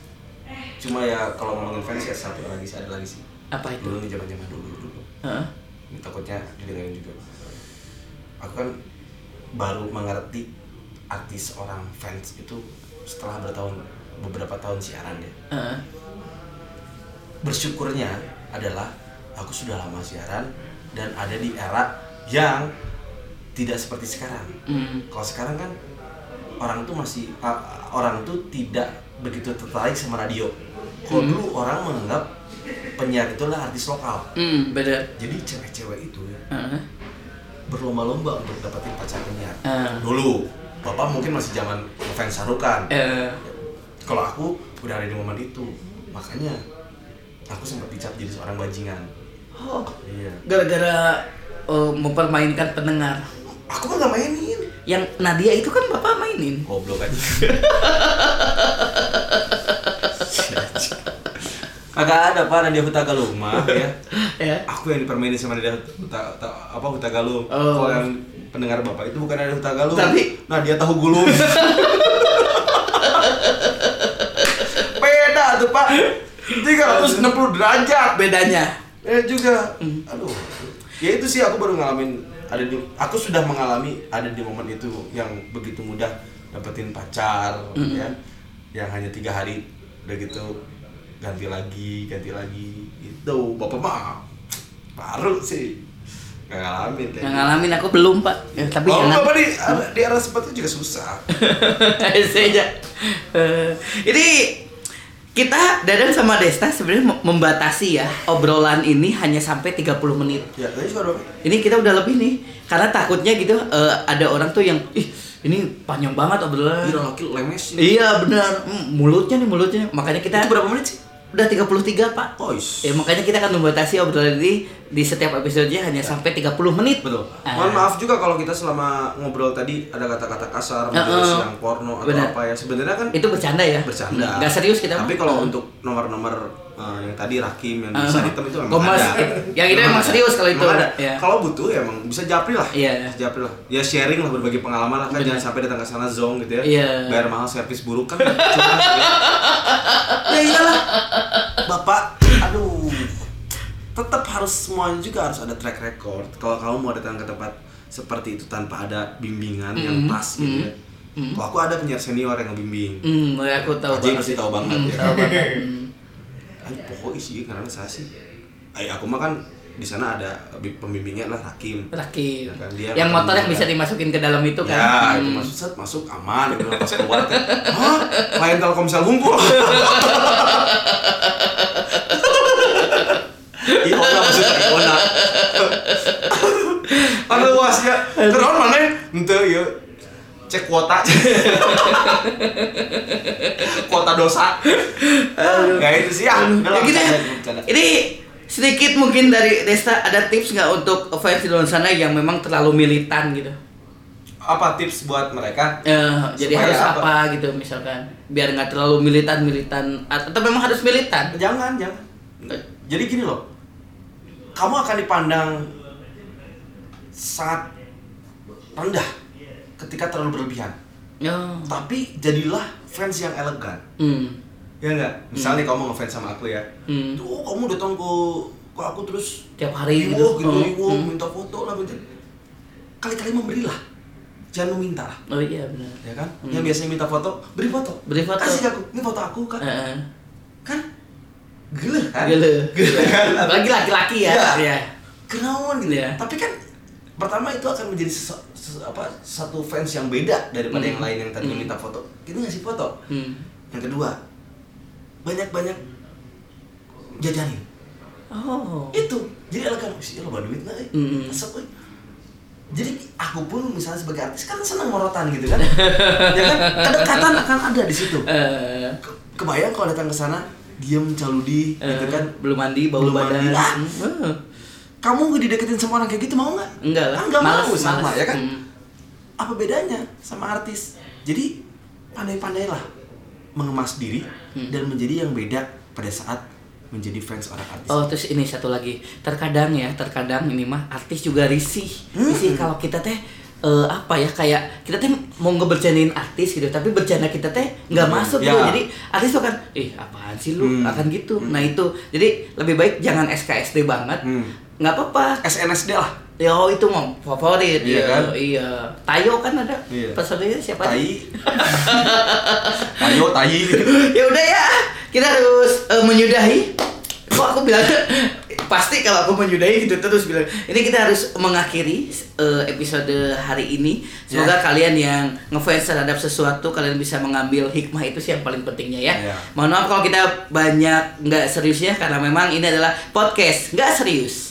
Speaker 1: Cuma ya kalau ngomongin fans ya satu lagi sih ada lagi sih.
Speaker 2: Apa itu?
Speaker 1: Dulu nih zaman-zaman dulu dulu.
Speaker 2: Heeh.
Speaker 1: Ini takutnya didengarin juga. Aku kan baru mengerti artis orang fans itu setelah bertahun beberapa tahun siaran ya.
Speaker 2: Heeh.
Speaker 1: bersyukurnya adalah aku sudah lama siaran dan ada di era yang tidak seperti sekarang.
Speaker 2: Hmm.
Speaker 1: Kalau sekarang kan orang tuh masih a- a- orang tuh tidak begitu tertarik sama radio. Kalau dulu orang menganggap penyiar itu adalah artis lokal.
Speaker 2: Hmm, bener.
Speaker 1: Jadi cewek-cewek itu ya
Speaker 2: Heeh.
Speaker 1: berlomba-lomba untuk dapetin pacar penyiar.
Speaker 2: Ah.
Speaker 1: Dulu bapak mungkin masih zaman fans sarukan
Speaker 2: Eh,
Speaker 1: kalau aku udah ada di momen itu makanya aku sempat dicap jadi seorang bajingan
Speaker 2: oh,
Speaker 1: iya
Speaker 2: gara-gara eh, mempermainkan pendengar.
Speaker 1: aku mah gak mainin
Speaker 2: Yang Nadia itu kan bapak mainin.
Speaker 1: goblok aja (laughs) Kagak ada pak Nadia Huta Galung mah ya. (laughs)
Speaker 2: Ya.
Speaker 1: Aku yang dipermainin sama Nadia Huta, Huta apa Huta Galung.
Speaker 2: Oh.
Speaker 1: Kalau yang pendengar bapak itu bukan Nadia Huta Galung.
Speaker 2: Tapi-
Speaker 1: Nadia Tahu
Speaker 2: (laughs)
Speaker 1: Gulung. Beda tuh pak. 360 derajat.
Speaker 2: Bedanya.
Speaker 1: Eh juga.
Speaker 2: Hmm.
Speaker 1: Aduh. Ya itu sih aku baru ngalamin ada di aku sudah mengalami ada di momen itu yang begitu mudah dapetin pacar
Speaker 2: Hmm.
Speaker 1: ya. Yang hanya tiga hari udah gitu ganti lagi, ganti lagi. Itu Bapak mah baru sih. Nggak ngalamin
Speaker 2: Yang ngalamin aku belum, Pak. Ya, tapi
Speaker 1: Kalau
Speaker 2: jangan.
Speaker 1: Oh, Bapak di, di arah sepatu juga susah.
Speaker 2: (laughs) Saya aja. Eh, ini kita Dadan sama Desta sebenarnya mem- membatasi ya obrolan ini hanya sampai 30 menit.
Speaker 1: ya, tadi suara apa?
Speaker 2: Ini kita udah lebih nih karena takutnya gitu eh, ada orang tuh yang ih ini panjang banget obrolan.
Speaker 1: Ih, laki lemes sih.
Speaker 2: Iya benar, Hmm, mulutnya nih mulutnya. Makanya kita
Speaker 1: Itu berapa menit sih?
Speaker 2: Udah 33, Pak.
Speaker 1: Ois.
Speaker 2: Ya makanya kita akan membatasi obrolan ini di setiap episodenya
Speaker 5: Ya.
Speaker 2: hanya sampai 30 menit.
Speaker 1: Betul.
Speaker 2: Ah.
Speaker 1: Mohon maaf juga kalau kita selama ngobrol tadi ada kata-kata kasar,
Speaker 2: Eh,
Speaker 1: menjurus
Speaker 2: eh.
Speaker 1: yang porno atau
Speaker 2: Benar.
Speaker 1: apa ya. Sebenarnya kan
Speaker 2: Itu bercanda ya?
Speaker 1: bercanda.
Speaker 2: Gak serius kita.
Speaker 1: Tapi
Speaker 2: Pak.
Speaker 1: kalau untuk nomor-nomor eh, yang tadi rakim yang
Speaker 2: Ah.
Speaker 1: bisa hitam itu memang
Speaker 2: Gomas.
Speaker 1: ada.
Speaker 2: Yang itu emang
Speaker 1: ada.
Speaker 2: serius kalau itu.
Speaker 1: Emang ada.
Speaker 2: Ya.
Speaker 1: Kalau butuh ya emang bisa japri lah.
Speaker 2: Iya.
Speaker 1: Bisa japri lah. Ya sharing lah berbagi pengalaman lah kan
Speaker 2: Benar.
Speaker 1: jangan sampai datang ke sana zong gitu ya.
Speaker 2: Iya.
Speaker 1: Bayar mahal servis buruk kan. (laughs) Curang, gitu ya. ya iyalah. Bapak, aduh.
Speaker 5: harus semuanya juga harus ada track record. Kalau kamu mau datang ke tempat seperti itu tanpa ada bimbingan yang
Speaker 2: Mm-mm,
Speaker 5: pas gitu ya.
Speaker 2: mm-mm.
Speaker 5: Kalau aku ada penyiar senior yang ngebimbing.
Speaker 2: Hmm, ya aku tahu
Speaker 5: Aji pasti tahu banget
Speaker 2: Hmm,
Speaker 5: ya.
Speaker 2: tahu banget. Hmm.
Speaker 5: Ayo pokoknya sih karena saya sih. Ayo aku mah kan di sana ada bi- pembimbingnya lah Hakim. Ya
Speaker 2: Rakib.
Speaker 5: kan, dia
Speaker 2: yang motor yang
Speaker 5: kan.
Speaker 2: bisa dimasukin ke dalam itu kan.
Speaker 5: Ya, itu
Speaker 2: Hmm.
Speaker 5: masuk set, masuk aman itu pas keluar kan. Hah? Klien Telkomsel
Speaker 2: (laughs)
Speaker 5: ngumpul. Iona maksudnya Iona.
Speaker 1: Ada luas ya. Keron mana? Ente
Speaker 5: iya.
Speaker 1: ya. Cek
Speaker 2: (laughs)
Speaker 1: kuota. kuota dosa. Ya itu sih
Speaker 5: ah.
Speaker 1: ya.
Speaker 2: Ya gitu ya. Ini sedikit mungkin dari Desta ada tips nggak untuk fans di luar sana yang memang terlalu militan gitu.
Speaker 1: Apa tips buat mereka?
Speaker 2: Eh, jadi
Speaker 1: Supaya
Speaker 2: harus apa?
Speaker 1: apa?
Speaker 2: gitu misalkan biar nggak terlalu militan militan atau memang harus militan.
Speaker 1: Jangan, jangan. Jadi gini loh. Kamu akan dipandang sangat rendah ketika terlalu berlebihan.
Speaker 2: Oh.
Speaker 1: Tapi jadilah fans yang elegan.
Speaker 2: Hmm.
Speaker 1: Ya enggak? Misalnya kamu ngefans sama aku ya.
Speaker 2: Hmm.
Speaker 1: Tuh, kamu datang ke ke aku terus
Speaker 2: Tiap hari
Speaker 1: riwoh
Speaker 2: gitu.
Speaker 1: gitu,
Speaker 2: Oh,
Speaker 1: riwoh,
Speaker 2: hmm.
Speaker 1: minta foto lah, minta. Kali-kali memberilah. Jangan meminta lah,
Speaker 2: Oh iya benar.
Speaker 1: ya kan?
Speaker 2: Hmm.
Speaker 1: Yang biasanya minta foto, beri foto.
Speaker 2: Beri foto.
Speaker 1: Kasih ke aku, ini foto aku kan.
Speaker 2: Heeh.
Speaker 1: Kan? Gila kan?
Speaker 2: Eh, Gele.
Speaker 1: Gila kan?
Speaker 2: (laughs) Apalagi laki-laki ya.
Speaker 1: Iya.
Speaker 2: Iya.
Speaker 1: Kenawan gitu.
Speaker 2: Iya.
Speaker 1: Tapi kan pertama itu akan menjadi sesu- sesu- apa satu fans yang beda daripada
Speaker 2: Hmm.
Speaker 1: yang lain yang tadi
Speaker 2: Hmm.
Speaker 1: minta foto. Kita ngasih foto.
Speaker 2: Hmm.
Speaker 1: Yang kedua, banyak-banyak jajanin.
Speaker 2: Oh. Hmm,
Speaker 1: itu jadi kan, elegan sih lo duit lah eh.
Speaker 2: Mm-mm.
Speaker 1: Asap, eh. jadi aku pun misalnya sebagai artis kan senang morotan gitu
Speaker 2: (laughs)
Speaker 1: kan ya kan kedekatan akan ada di situ
Speaker 2: Eh,
Speaker 1: Ke- kebayang kalau datang ke sana diem caludi
Speaker 2: eh,
Speaker 1: gitu kan
Speaker 2: belum mandi bau
Speaker 1: Belum
Speaker 2: badan.
Speaker 1: mandi. Ah.
Speaker 2: Hmm.
Speaker 1: kamu dideketin sama orang kayak gitu mau nggak
Speaker 2: Enggak lah.
Speaker 1: Ah, nggak
Speaker 2: Males,
Speaker 1: mau sama
Speaker 2: males.
Speaker 1: ya kan
Speaker 2: Hmm.
Speaker 1: apa bedanya sama artis jadi pandai-pandailah mengemas diri
Speaker 2: Hmm.
Speaker 1: dan menjadi yang beda pada saat menjadi fans orang artis
Speaker 2: Oh terus ini satu lagi terkadang ya terkadang ini mah artis juga risih
Speaker 1: Hmm.
Speaker 2: risih kalau kita teh eh, apa ya kayak kita teh mau ngebercandain artis gitu tapi bercanda kita teh nggak masuk
Speaker 1: ya.
Speaker 2: tuh jadi artis tuh kan ih apaan sih lu
Speaker 1: Hmm.
Speaker 2: akan gitu nah itu jadi lebih baik jangan SKSD banget
Speaker 1: Hmm.
Speaker 2: nggak apa-apa
Speaker 1: SNSD lah
Speaker 2: yo itu mau favorit
Speaker 1: Iya
Speaker 2: yo,
Speaker 1: kan?
Speaker 2: iya Tayo kan ada
Speaker 1: Iya.
Speaker 2: pesertanya siapa
Speaker 1: tai (laughs) ayo tai
Speaker 2: (laughs) ya udah ya kita harus eh, menyudahi kok aku bilang (laughs) pasti kalau aku menyudahi gitu terus bilang ini kita harus mengakhiri eh, episode hari ini semoga kalian yang ngefans terhadap sesuatu kalian bisa mengambil hikmah itu sih yang paling pentingnya ya
Speaker 1: Ya.
Speaker 2: mohon maaf kalau kita banyak nggak seriusnya karena memang ini adalah podcast nggak serius